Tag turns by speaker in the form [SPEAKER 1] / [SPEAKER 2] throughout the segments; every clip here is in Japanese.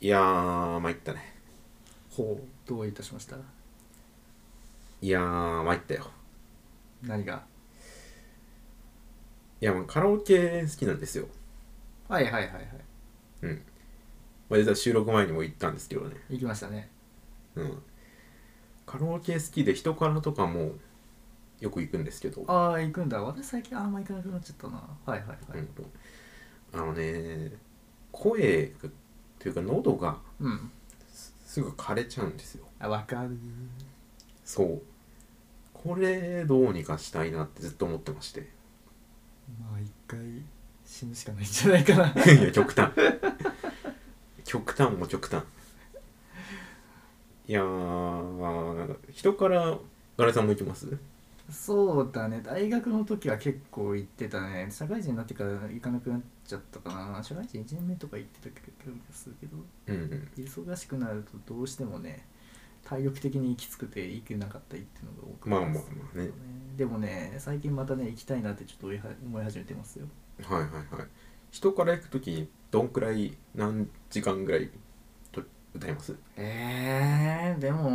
[SPEAKER 1] いやー、参ったね。
[SPEAKER 2] ほうどういたしました
[SPEAKER 1] いやー、参ったよ。
[SPEAKER 2] 何が
[SPEAKER 1] いや、まあカラオケ好きなんですよ。
[SPEAKER 2] はいはいはいはい
[SPEAKER 1] まあ、実は収録前にも行ったんですけどね。
[SPEAKER 2] 行きましたね
[SPEAKER 1] うん。カラオケ好きで人からとかもよく行くんですけど。
[SPEAKER 2] ああ行くんだ私最近あんま行かなくなっちゃったなはいはいは
[SPEAKER 1] う
[SPEAKER 2] い、
[SPEAKER 1] んあのね、声がというか喉が
[SPEAKER 2] うん、
[SPEAKER 1] すぐ枯れちゃうんですよ。
[SPEAKER 2] あわかる
[SPEAKER 1] そう。これどうにかしたいなってずっと思ってまして。
[SPEAKER 2] まあ一回死ぬしかないんじゃないかな
[SPEAKER 1] いや極端極端も極端いやー人からガラさんも行きます
[SPEAKER 2] そうだね大学の時は結構行ってたね社会人になってから行かなくなっちゃったかな社会人1年目とか行ってた気がするけど
[SPEAKER 1] うんうん
[SPEAKER 2] 忙しくなるとどうしてもね体力的にきつくて行けなかったりっていうのが多
[SPEAKER 1] まあ
[SPEAKER 2] か
[SPEAKER 1] ま
[SPEAKER 2] っ
[SPEAKER 1] あ
[SPEAKER 2] た
[SPEAKER 1] ま
[SPEAKER 2] です
[SPEAKER 1] あね
[SPEAKER 2] でもね最近またね行きたいなってちょっと思いは思い始めてますよ
[SPEAKER 1] はいはいはい人から行く時どんくらい何時間ぐらいと歌います
[SPEAKER 2] えー、でも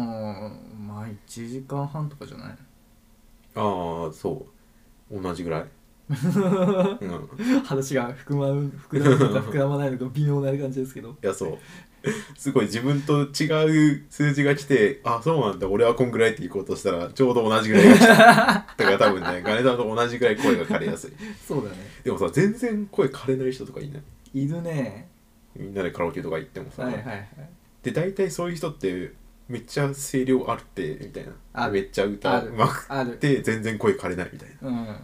[SPEAKER 2] まあ1時間半とかじゃない
[SPEAKER 1] ああそう同じぐらい、 うん、い
[SPEAKER 2] 話が膨らむ膨らむのか 膨らまないのか微妙な感じですけど
[SPEAKER 1] やそう すごい自分と違う数字が来てあそうなんだ俺はこんぐらいって行こうとしたらちょうど同じぐらいが来ただから多分ね ガネさんと同じぐらい声が枯れやすい
[SPEAKER 2] そうだね
[SPEAKER 1] でもさ全然声枯れない人とかいない
[SPEAKER 2] いるね
[SPEAKER 1] みんなでカラオケとか行ってもさ、
[SPEAKER 2] はいはいはい
[SPEAKER 1] で大体そういう人ってめっちゃ声量あるってみたいな
[SPEAKER 2] ある
[SPEAKER 1] めっちゃ
[SPEAKER 2] あ
[SPEAKER 1] 歌
[SPEAKER 2] る
[SPEAKER 1] うまく
[SPEAKER 2] ある
[SPEAKER 1] て全然声枯れないみたいな
[SPEAKER 2] うん
[SPEAKER 1] なんか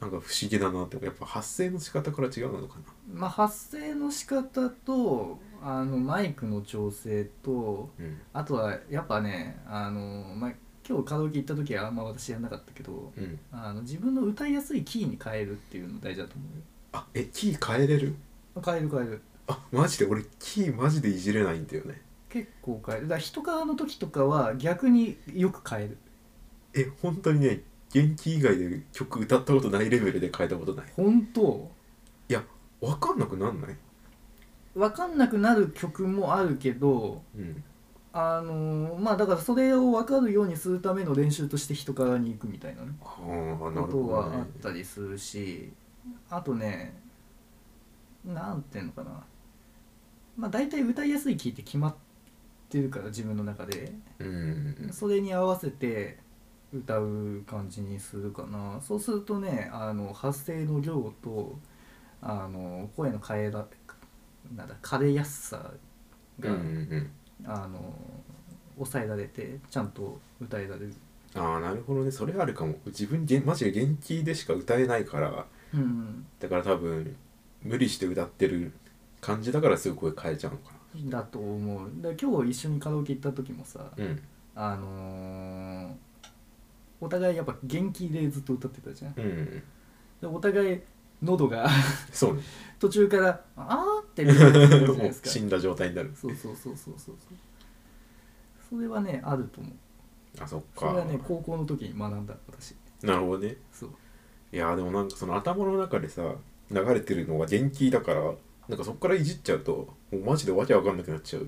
[SPEAKER 1] 不思議だなってやっぱ発声の仕方から違うのかな
[SPEAKER 2] まあ発声の仕方とあのマイクの調整と
[SPEAKER 1] うん
[SPEAKER 2] あとはやっぱねあの、まあ、今日カラオケ行った時はあんま私やんなかったけど
[SPEAKER 1] うん
[SPEAKER 2] あの自分の歌いやすいキーに変えるっていうの大事だと思う
[SPEAKER 1] あえキー変えれる
[SPEAKER 2] よ変える変える
[SPEAKER 1] あマジで俺キーマジでいじれないんだよね
[SPEAKER 2] 結構変えるだから人からの時とかは逆によく変える
[SPEAKER 1] え本当にね元気以外で曲歌ったことないレベルで変えたことない
[SPEAKER 2] 本当
[SPEAKER 1] いや分かんなくなんない
[SPEAKER 2] わかんなくなる曲もあるけど
[SPEAKER 1] うん
[SPEAKER 2] あのまあだからそれを分かるようにするための練習として人からに行くみたいなね
[SPEAKER 1] ああな
[SPEAKER 2] こ
[SPEAKER 1] る
[SPEAKER 2] と
[SPEAKER 1] ほど
[SPEAKER 2] はあ
[SPEAKER 1] ね
[SPEAKER 2] ったりするしあとねなんていうのかなまあ大体歌いやすいキーって決まってるから自分の中で
[SPEAKER 1] うん
[SPEAKER 2] それに合わせて歌う感じにするかなそうするとねあの発声の量とあの声の変えだなんだ枯れやすさ
[SPEAKER 1] う
[SPEAKER 2] が、
[SPEAKER 1] んうんうん
[SPEAKER 2] あの抑えられてちゃんと歌えられる、
[SPEAKER 1] ああなるほどねそれあるかも自分げマジで元気でしか歌えないから
[SPEAKER 2] うん
[SPEAKER 1] だから多分無理して歌ってる感じだからすぐ声変えちゃうのか
[SPEAKER 2] うん、だと思うで今日一緒にカラオケ行った時もさ
[SPEAKER 1] なうん
[SPEAKER 2] あのーお互いやっぱ元気でずっと歌ってたじゃん
[SPEAKER 1] うん
[SPEAKER 2] でお互い喉が
[SPEAKER 1] そうね
[SPEAKER 2] 途中から「あー」って出てくるじゃない
[SPEAKER 1] も
[SPEAKER 2] で
[SPEAKER 1] う
[SPEAKER 2] すか
[SPEAKER 1] 死んだ状態になる
[SPEAKER 2] そうそうそうそうそうそうそれはねあると思う
[SPEAKER 1] あそっ
[SPEAKER 2] それ
[SPEAKER 1] か
[SPEAKER 2] はね高校の時に学んだ私
[SPEAKER 1] なるほどね
[SPEAKER 2] そう
[SPEAKER 1] いやーでもなんかその頭の中でさ流れてるのが元気だからなんかそっからいじっちゃうともうマジでわけわかんなくなっちゃう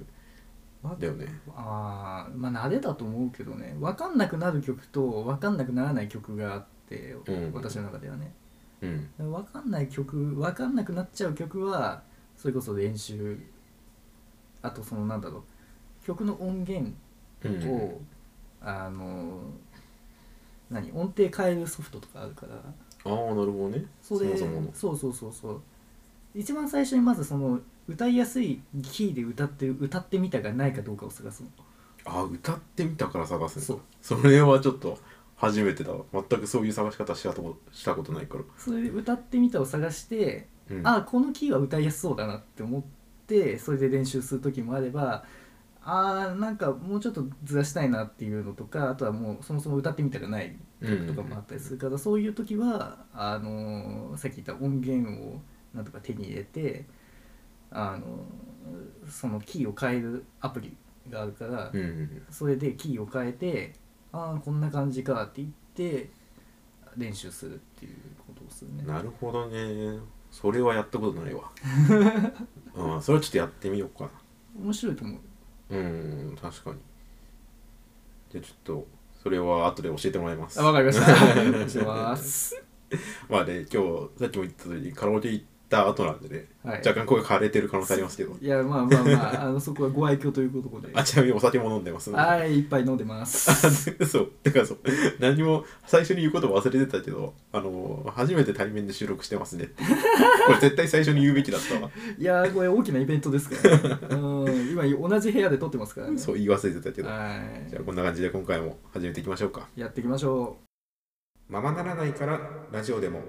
[SPEAKER 1] だよね
[SPEAKER 2] あーまあ慣れだと思うけどね分かんなくなる曲と分かんなくならない曲があって、
[SPEAKER 1] うん
[SPEAKER 2] 私の中ではね
[SPEAKER 1] うん
[SPEAKER 2] 分かんない曲分かんなくなっちゃう曲はそれこそ練習あとそのなんだろう曲の音源
[SPEAKER 1] うん
[SPEAKER 2] を、あの何音程変えるソフトとかあるから
[SPEAKER 1] ああなるほどね
[SPEAKER 2] それ
[SPEAKER 1] もそもの
[SPEAKER 2] そうそうそうそう一番最初にまずその歌いやすいキーで歌って歌ってみたがないかどうかを探すの
[SPEAKER 1] あ歌ってみたから探すんだ
[SPEAKER 2] そう
[SPEAKER 1] それはちょっと初めてだわ全くそういう探し方したとこしたことないから、
[SPEAKER 2] それで歌ってみたを探して、
[SPEAKER 1] うん、
[SPEAKER 2] ああこのキーは歌いやすそうだなって思ってそれで練習する時もあればあーなんかもうちょっとずらしたいなっていうのとかあとはもうそもそも歌ってみたがない曲とかもあったりするから、そういう時はあのーさっき言った音源をなんとか手に入れてあのーそのキーを変えるアプリがあるから、
[SPEAKER 1] うんうん
[SPEAKER 2] それでキーを変えてああこんな感じかって言って練習するっていうことをするね
[SPEAKER 1] うん。なる ほどねそれはやったことないわ、うん、それはちょっとやってみようか
[SPEAKER 2] 面白いと思う
[SPEAKER 1] うん確かにじゃあちょっとそれは後で教えてもらいます
[SPEAKER 2] あわかりましたお願いします
[SPEAKER 1] まあね今日さっきも言った通りカラオケ行った後なんでね、
[SPEAKER 2] はい
[SPEAKER 1] 若干声枯れてる可能性ありますけど
[SPEAKER 2] いやまあまあまああのそこはご愛嬌ということで
[SPEAKER 1] あちなみにお酒も飲んでますので
[SPEAKER 2] はい一杯飲んでます
[SPEAKER 1] あ そうだからそう何も最初に言うこと忘れてたけどあの初めて対面で収録してますね っていうこれ絶対最初に言うべきだったわ
[SPEAKER 2] いやーこれ大きなイベントです から、ね、うん今同じ部屋で撮ってますからね
[SPEAKER 1] そう言い忘れてたけど
[SPEAKER 2] はい
[SPEAKER 1] じゃあこんな感じで今回も始めていきましょうか
[SPEAKER 2] やっていきましょ
[SPEAKER 1] ままならないからラジオでも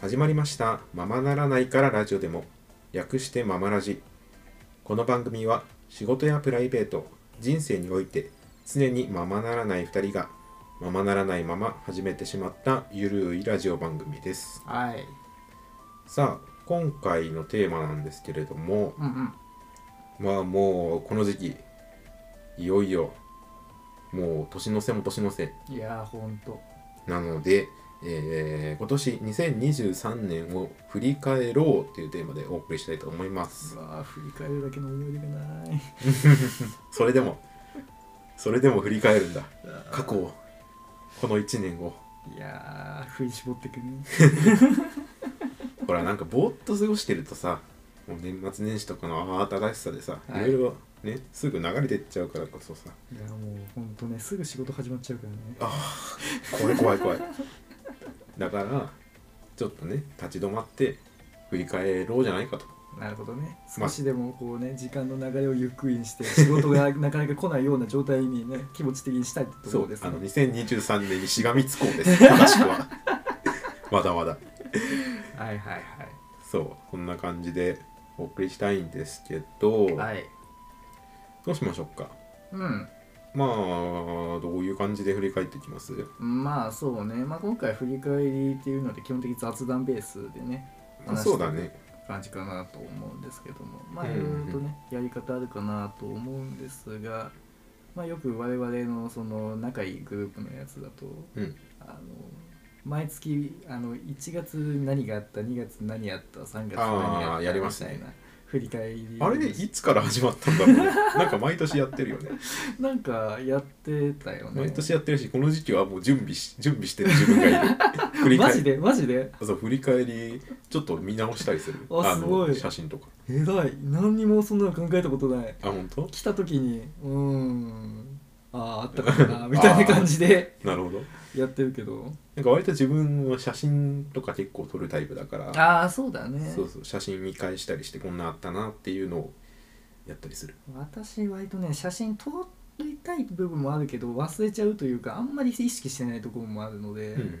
[SPEAKER 1] 始まりました「ままならないからラジオでも」略して「ままラジ」この番組は仕事やプライベート人生において常にままならない2人がままならないまま始めてしまったゆるいラジオ番組です
[SPEAKER 2] うはい
[SPEAKER 1] さあ今回のテーマなんですけれども
[SPEAKER 2] うんうん
[SPEAKER 1] まあもうこの時期いよいよもう年の瀬も年の瀬
[SPEAKER 2] いやーほんと
[SPEAKER 1] なので、えー今年2023年を振り返ろうっていうテーマでお送りしたいと思います
[SPEAKER 2] うわー振り返るだけの思い出がない
[SPEAKER 1] それでもそれでも振り返るんだ
[SPEAKER 2] あー
[SPEAKER 1] 過去をこの1年を
[SPEAKER 2] いやー振り絞ってくね
[SPEAKER 1] ほらなんかぼーっと過ごしてるとさもう年末年始とかの慌ただしさでさ、
[SPEAKER 2] はい
[SPEAKER 1] い、ろいろねすぐ流れてっちゃうからこそさ
[SPEAKER 2] いやもうほんとねすぐ仕事始まっちゃうからね
[SPEAKER 1] ああ怖い怖い怖いだからちょっとね立ち止まって振り返ろうじゃないかと
[SPEAKER 2] なるほどね
[SPEAKER 1] ま
[SPEAKER 2] 少しでもこうね時間の流れをゆっくりにして仕事がなかなか来ないような状態にね気持ち的にしたいってところです
[SPEAKER 1] あ
[SPEAKER 2] ね
[SPEAKER 1] の2023年にしがみつこうです正しくは まだまだ
[SPEAKER 2] はいはい
[SPEAKER 1] そうこんな感じでお送りしたいんですけど、
[SPEAKER 2] はいはい
[SPEAKER 1] どうしましょうか
[SPEAKER 2] うん
[SPEAKER 1] まあどういう感じで振り返っていきます
[SPEAKER 2] まあそうね、まあ、今回振り返りっていうので基本的に雑談ベースでね
[SPEAKER 1] まあそうだね
[SPEAKER 2] 感じかなと思うんですけどもまあ
[SPEAKER 1] うん
[SPEAKER 2] いろいろとねやり方あるかなと思うんですが、まあ、よく我々のその仲いいグループのやつだと
[SPEAKER 1] うん
[SPEAKER 2] あの毎月あの1月何があった2月何あった3月何があ
[SPEAKER 1] あー
[SPEAKER 2] った
[SPEAKER 1] やりますね
[SPEAKER 2] みたいな振り返り
[SPEAKER 1] あれでいつから始まったんだろうね なんか毎年やってるよね
[SPEAKER 2] なんかやってたよね
[SPEAKER 1] 毎年やってるしこの時期はもう準備し準備してる自分がいる振り返
[SPEAKER 2] マ ジでマジで
[SPEAKER 1] そう振り返りちょっと見直したりする
[SPEAKER 2] あすごい
[SPEAKER 1] の写真とか
[SPEAKER 2] えらい何にもそんなの考えたことない
[SPEAKER 1] あ本当
[SPEAKER 2] 来た時にうーんあああったかなみたいな感じ で
[SPEAKER 1] なるほど
[SPEAKER 2] やってるけど
[SPEAKER 1] なんか割と自分は写真とか結構撮るタイプだから
[SPEAKER 2] ああそうだね
[SPEAKER 1] そうそう写真見返したりしてこんなあったなっていうのをやったりする
[SPEAKER 2] 私割とね写真撮りたい部分もあるけど忘れちゃうというかあんまり意識してないところもあるので、
[SPEAKER 1] うん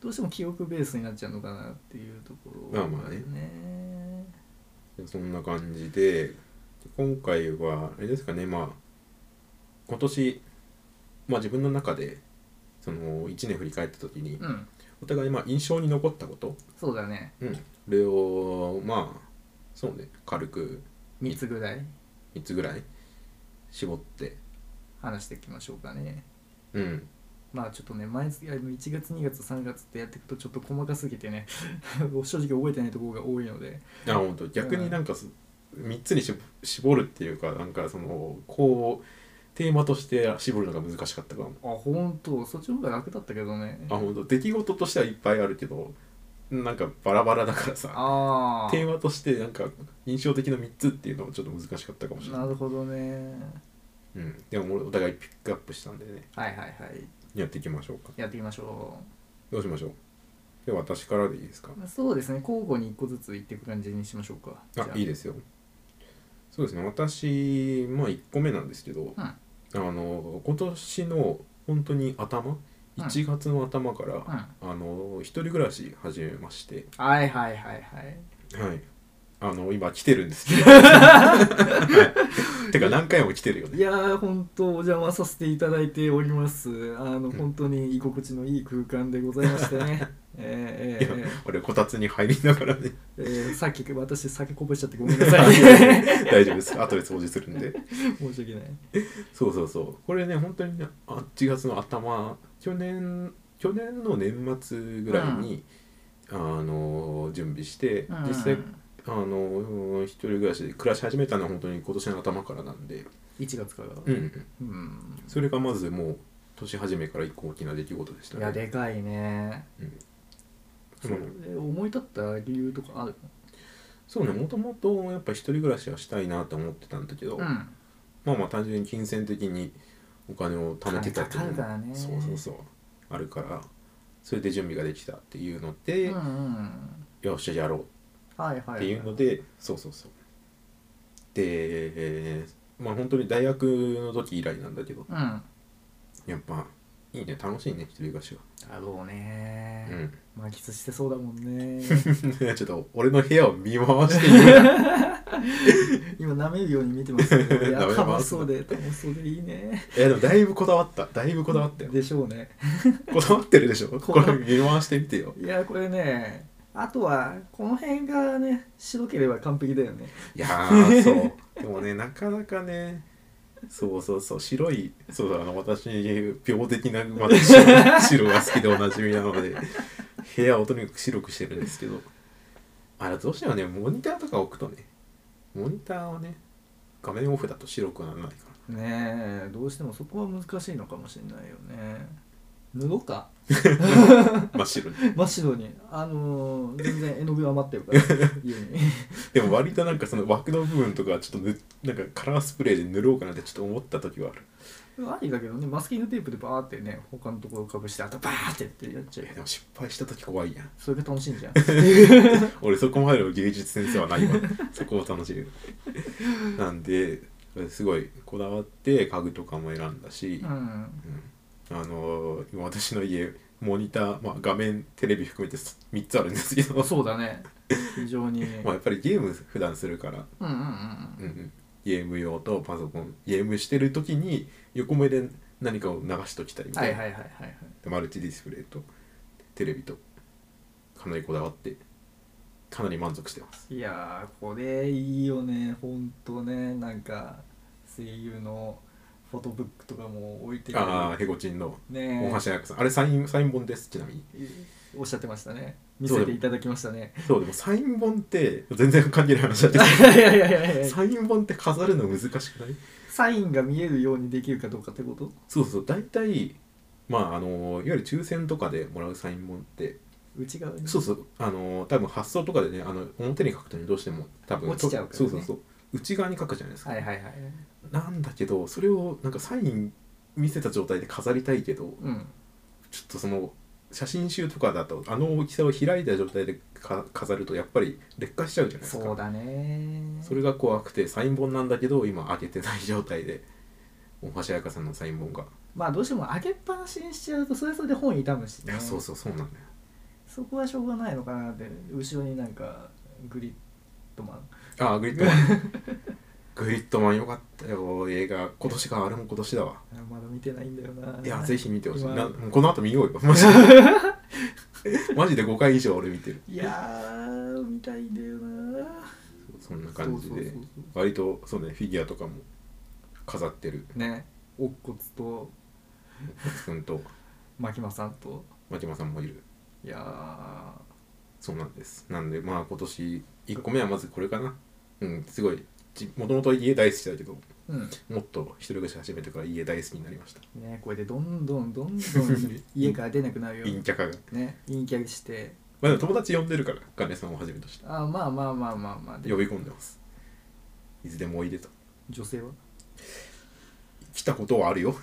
[SPEAKER 2] どうしても記憶ベースになっちゃうのかなっていうところ
[SPEAKER 1] まあまあね
[SPEAKER 2] ね
[SPEAKER 1] そんな感じで今回はあれですかねまあ今年まあ自分の中でその1年振り返った時に
[SPEAKER 2] うん
[SPEAKER 1] お互いまあ印象に残ったこと、
[SPEAKER 2] そうだね
[SPEAKER 1] うん、これをまあそうね軽く
[SPEAKER 2] 3つぐらい
[SPEAKER 1] 3つぐらい絞って
[SPEAKER 2] 話していきましょうかね
[SPEAKER 1] うん
[SPEAKER 2] まあちょっとね毎月あの1月2月3月ってやっていくとちょっと細かすぎてね 正直覚えてないところが多いので
[SPEAKER 1] あ本当逆になんかす、三3つにし絞るっていうかなんかそのこうテーマとして絞るのが難しかったかも
[SPEAKER 2] あ本当そっちの方が楽だったけどね
[SPEAKER 1] あ本当出来事としてはいっぱいあるけどなんかバラバラだからさ
[SPEAKER 2] あ
[SPEAKER 1] テーマとしてなんか印象的な3つっていうのはちょっと難しかったかもしれな、
[SPEAKER 2] ないるほどね
[SPEAKER 1] うん、でもお互いピックアップしたんでね
[SPEAKER 2] はいはいはい
[SPEAKER 1] やっていきましょうか
[SPEAKER 2] やっていきましょ
[SPEAKER 1] どうしましょうでは私からでいいですか
[SPEAKER 2] うそうですね交互に1個ずついっていく感じにしましょうか
[SPEAKER 1] あいいですよそうですね私まあ1個目なんですけど、
[SPEAKER 2] うん
[SPEAKER 1] あの今年の本当に頭
[SPEAKER 2] うん
[SPEAKER 1] 1月の頭か
[SPEAKER 2] うん
[SPEAKER 1] ら、
[SPEAKER 2] は
[SPEAKER 1] あの一人暮らし始めまして
[SPEAKER 2] いはいはいはい
[SPEAKER 1] はいあの今来てるんです けどはいてか何回も来てるよ
[SPEAKER 2] い
[SPEAKER 1] ね
[SPEAKER 2] やー本当お邪魔させていただいておりますあの本当に居心地のいい空間でございまして ねえ
[SPEAKER 1] いや
[SPEAKER 2] ー、えー
[SPEAKER 1] 俺こたつに入りながらね
[SPEAKER 2] えーえーさっき私酒こぼしちゃってごめんなさい 申
[SPEAKER 1] 大丈夫です後で掃除するんで
[SPEAKER 2] し訳ない
[SPEAKER 1] そうそうそうこれね本当にねあ1月の頭去年去年の年末ぐらいに、あの準備して、
[SPEAKER 2] うん
[SPEAKER 1] 実際あの一人暮らしで暮らし始めたのは本当に今年の頭からなんで、
[SPEAKER 2] 1月から
[SPEAKER 1] うんうん、
[SPEAKER 2] うん
[SPEAKER 1] それがまずもう年始めから一個大きな出来事でした
[SPEAKER 2] いやでかいね
[SPEAKER 1] う
[SPEAKER 2] それ
[SPEAKER 1] ん
[SPEAKER 2] 思い立った理由とかある
[SPEAKER 1] そうねもともとやっぱ一人暮らしはしたいなと思ってたんだけど、
[SPEAKER 2] のうん
[SPEAKER 1] まあまあ単純に金銭的にお金を貯めてたっていう
[SPEAKER 2] 金かかるからね
[SPEAKER 1] そうそうそうあるからそれで準備ができたっていうので、
[SPEAKER 2] うんうん
[SPEAKER 1] よっしゃやろう
[SPEAKER 2] はいはいは
[SPEAKER 1] っていうのでそうそうそうで、えーまあ本当に大学の時以来なんだけど
[SPEAKER 2] うんだ
[SPEAKER 1] やっぱいいね楽しいね一人暮らしは
[SPEAKER 2] ろうね
[SPEAKER 1] うん
[SPEAKER 2] 満喫してそうだもん ね
[SPEAKER 1] ちょっと俺の部屋を見回して言うな
[SPEAKER 2] 今舐めるように見てますけどいや
[SPEAKER 1] 舐めます
[SPEAKER 2] 楽しそうで楽しそうでいいね
[SPEAKER 1] いやでもだいぶこだわっただいぶこだわったよ
[SPEAKER 2] でしょうね
[SPEAKER 1] こだわってるでしょこ
[SPEAKER 2] こだ
[SPEAKER 1] れ見回してみてよ
[SPEAKER 2] いやこれねあとはこの辺がね白ければ完璧だよね
[SPEAKER 1] いやーそうでもねなかなかねそうそうそう白いそうだあの私病的な、まあ、白白が好きでおなじみなので部屋をとにかく白くしてるんですけどあれどうしてもねモニターとか置くとねモニターはね画面オフだと白くならないか
[SPEAKER 2] ねえどうしてもそこは難しいのかもしれないよね塗ろうから
[SPEAKER 1] 真っ白に
[SPEAKER 2] 真っ白にあのー全然絵の具余ってるから家に
[SPEAKER 1] でも割となんかその枠の部分とかちょっとぬなんかカラースプレーで塗ろうかなってちょっと思った時はある
[SPEAKER 2] ありだけどねマスキングテープでバーってね他のところかぶしてあとバーってってやっちゃう
[SPEAKER 1] いやでも失敗した時怖いやん
[SPEAKER 2] それが楽しい んじゃん
[SPEAKER 1] 俺そこまでの芸術センスはないわ そこを楽しむなんですごいこだわって家具とかも選んだし
[SPEAKER 2] う、
[SPEAKER 1] う
[SPEAKER 2] ん
[SPEAKER 1] んあのー今私の家モニター、まあ、画面テレビ含めて3つあるんですけど、 ま
[SPEAKER 2] そうだね非 常にうん
[SPEAKER 1] あ、やっぱりゲーム普段するから、
[SPEAKER 2] うんうん
[SPEAKER 1] うん
[SPEAKER 2] う
[SPEAKER 1] うんんゲーム用とパソコンゲームしてる時に横目で何かを流しときたりみ
[SPEAKER 2] は
[SPEAKER 1] た
[SPEAKER 2] い
[SPEAKER 1] い
[SPEAKER 2] はい
[SPEAKER 1] な、
[SPEAKER 2] はいはいはい
[SPEAKER 1] でマルチディスプレイとテレビとかなりこだわってかなり満足してます。
[SPEAKER 2] いやーこれいいよねほんとねなんか声優のフォトブックとかも置いて
[SPEAKER 1] ああヘゴチンの
[SPEAKER 2] ね
[SPEAKER 1] 大橋彩子さんあれサインサイン本ですちなみに
[SPEAKER 2] おっしゃってましたね見
[SPEAKER 1] そう
[SPEAKER 2] せていただきまし たね
[SPEAKER 1] そうでもサイン本って全然関係ない話だけ
[SPEAKER 2] い
[SPEAKER 1] ど
[SPEAKER 2] やいやいやいや
[SPEAKER 1] サイン本って飾るの難しくない
[SPEAKER 2] サインが見えるようにできるかどうかってこと
[SPEAKER 1] そうそう大体まああのいわゆる抽選とかでもらうサイン本って
[SPEAKER 2] 内側に
[SPEAKER 1] そうそうあの多分発送とかでねあの表に書くとねどうしても多分
[SPEAKER 2] 落ちちゃうからね
[SPEAKER 1] そうそうそう内側に書くじゃないですか、
[SPEAKER 2] はいはいはい
[SPEAKER 1] なんだけどそれをなんかサイン見せた状態で飾りたいけど
[SPEAKER 2] うん
[SPEAKER 1] ちょっとその写真集とかだとあの大きさを開いた状態でか飾るとやっぱり劣化しちゃうじゃないですか
[SPEAKER 2] そうだね
[SPEAKER 1] それが怖くてサイン本なんだけど今開けてない状態で大橋彩香さんのサイン本が、
[SPEAKER 2] まあどうしても上げっぱなしにしちゃうとそれはそれで本傷むし、
[SPEAKER 1] い
[SPEAKER 2] ね、
[SPEAKER 1] やそうそうそうなんだよ
[SPEAKER 2] そこはしょうがないのかなって後ろになんかグリッドマン
[SPEAKER 1] あーグリッドマン グリッドマンよかったよ映画今年かあれも今年だわ
[SPEAKER 2] あまだ見てないんだよない
[SPEAKER 1] いやぜひ見てほしい
[SPEAKER 2] 今
[SPEAKER 1] なもうこの後見ようよマジでマジで5回以上俺見てる
[SPEAKER 2] いやー見たいんだよな
[SPEAKER 1] そんな感じで
[SPEAKER 2] そうそうそうそ
[SPEAKER 1] 割とそうねフィギュアとかも飾ってる
[SPEAKER 2] うねおっこつと
[SPEAKER 1] 松君と
[SPEAKER 2] 牧間さんと
[SPEAKER 1] 牧間さんもいる
[SPEAKER 2] いやー
[SPEAKER 1] そうなんです。なんでまあ今年1個目はまずこれかな。うん、すごい。もともと家大好きだけど、
[SPEAKER 2] うん
[SPEAKER 1] もっと一人暮らし始めてから家大好きになりました。
[SPEAKER 2] ねこれでどんどんどんどん家から出なくなるよ
[SPEAKER 1] 陰キャ化が。
[SPEAKER 2] ね陰キャして
[SPEAKER 1] まあでも友達呼んでるから、金さんをはじめとして。
[SPEAKER 2] あまあまあまあまあまあで
[SPEAKER 1] 呼び込んでます。いつでもおいでと。
[SPEAKER 2] 女性は
[SPEAKER 1] 来たことはある よ。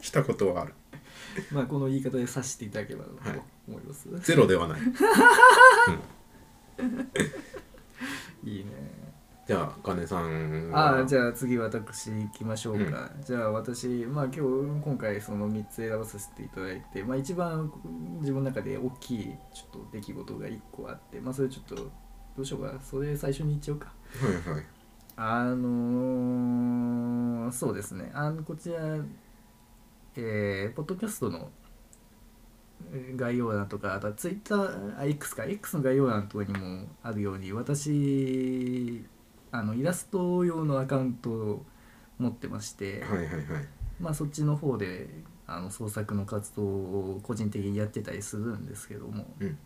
[SPEAKER 1] 来たことはある。
[SPEAKER 2] まあこの言い方で指していただければと
[SPEAKER 1] はい
[SPEAKER 2] 思います、
[SPEAKER 1] ゼロではない。うん
[SPEAKER 2] い、いね
[SPEAKER 1] じゃあ、金さん
[SPEAKER 2] ああじ
[SPEAKER 1] ゃ
[SPEAKER 2] ゃあ次私行きましょうか、じゃあ私まあ今日今回その3つ選ばさせていただいてまあ一番自分の中で大きいちょっと出来事が1個あってまあそれちょっとどうしようかそれ最初に言っちゃおうか
[SPEAKER 1] はいはい。
[SPEAKER 2] あのーそうですねあのこちら、えーポッドキャストのえー概要欄とかあとはツイッターあ X か X の概要欄のところにもあるように私あのイラスト用のアカウントを持ってまして、
[SPEAKER 1] はいはいはい。
[SPEAKER 2] まあ、そっちの方であの創作の活動を個人的にやってたりするんですけども、
[SPEAKER 1] うん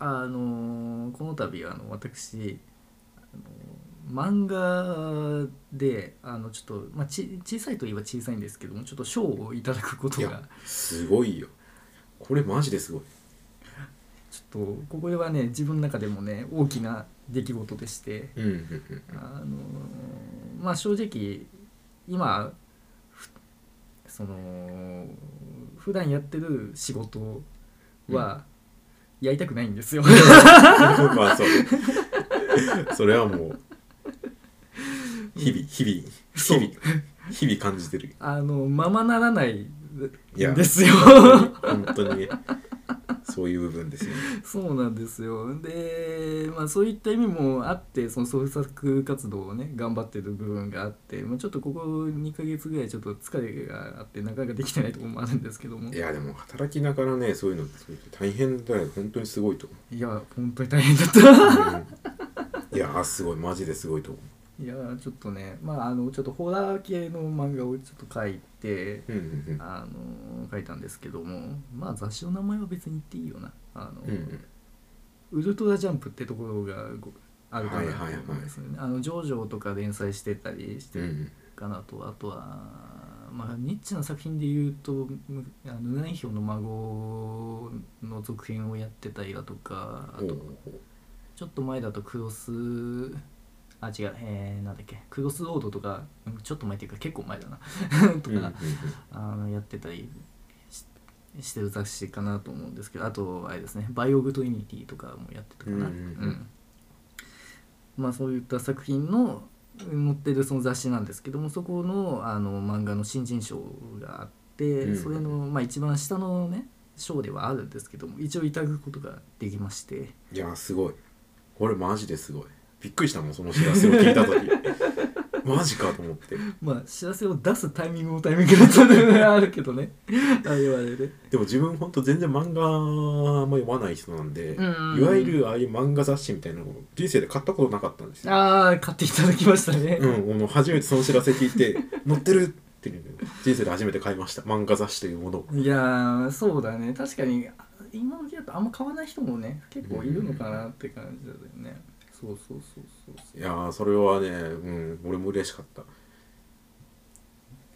[SPEAKER 2] あのこの度あの私あの漫画であのちょっと、まあ、ち小さいといえば小さいんですけどもちょっと賞をいただくこと
[SPEAKER 1] い
[SPEAKER 2] が
[SPEAKER 1] やすごいよこれマジですごい
[SPEAKER 2] ちょっとこれはね自分の中でもね大きな出来事でして
[SPEAKER 1] うんうんうん
[SPEAKER 2] あのまあ正直今ふその普段やってる仕事はやりたくない んですよ、
[SPEAKER 1] まあそうそれはもう日々日々日
[SPEAKER 2] そう
[SPEAKER 1] 々日々感じてる
[SPEAKER 2] あのままならないん
[SPEAKER 1] いや
[SPEAKER 2] ですよ
[SPEAKER 1] 本当にねそういう部分ですよね
[SPEAKER 2] そうなんですよで、まあ、そういった意味もあってその創作活動をね頑張ってる部分があって、まあ、ちょっとここ2ヶ月ぐらいちょっと疲れがあってなかなかできてないところもあるんですけども
[SPEAKER 1] いやでも働きながらねそういうの作るって大変だよ本当にすごいと思
[SPEAKER 2] いや本当に大変だった
[SPEAKER 1] う、うんいやあすごいマジですごいと思
[SPEAKER 2] いやちょっとねまああのちょっとホラー系の漫画をちょっと書いて
[SPEAKER 1] ううんうん
[SPEAKER 2] あの書いたんですけどもまあ雑誌の名前は別に言っていいよなあの、
[SPEAKER 1] うんうん
[SPEAKER 2] ウルトラジャンプってところがごあるかなと
[SPEAKER 1] はいはいはい
[SPEAKER 2] 思うんですよね、あのジョジョとか連載してたりして
[SPEAKER 1] うんう
[SPEAKER 2] る
[SPEAKER 1] ん
[SPEAKER 2] かなと、あとはまあニッチな作品で言うとむあのヌナイヒョウの孫の続編をやってたりだとかあ
[SPEAKER 1] ほう
[SPEAKER 2] と
[SPEAKER 1] ほう
[SPEAKER 2] ちょっと前だとクロスあ違うえー、なんだっけクロスロードとかうんちょっと前っていうか結構前だな と
[SPEAKER 1] うんうんう
[SPEAKER 2] か
[SPEAKER 1] ん、
[SPEAKER 2] あのやってたりししてる雑誌かなと思うんですけどあとあれですね「バイオグトリニティ」とかもやってたかな、
[SPEAKER 1] うんうんうん
[SPEAKER 2] まあそういった作品の載ってるその雑誌なんですけどもそこのあの漫画の新人賞があって、
[SPEAKER 1] うん
[SPEAKER 2] それの、まあ、一番下のね賞ではあるんですけども一応いただくことができまして
[SPEAKER 1] いやすごいこれマジですごいびっくりしたもんその知らせを聞いた 時マジかと思って
[SPEAKER 2] まあ知らせを出すタイミングもタイミングだったのがあるけどねあれはあれで
[SPEAKER 1] でも自分ほんと全然漫画あんま読まない人なんで、
[SPEAKER 2] うんうん
[SPEAKER 1] いわゆるああいう漫画雑誌みたいなのを人生で買ったことなかったんですよ。
[SPEAKER 2] ああ買っていただきましたね、
[SPEAKER 1] うん、あの初めてその知らせ聞いて「載ってる!」っていうのを人生で初めて買いました漫画雑誌というものを
[SPEAKER 2] いやーそうだね確かにあ今の時だとあんま買わない人もね結構いるのかなって感じだよね、そうそうそうそう
[SPEAKER 1] いやーそれはね、うん、俺も嬉しかった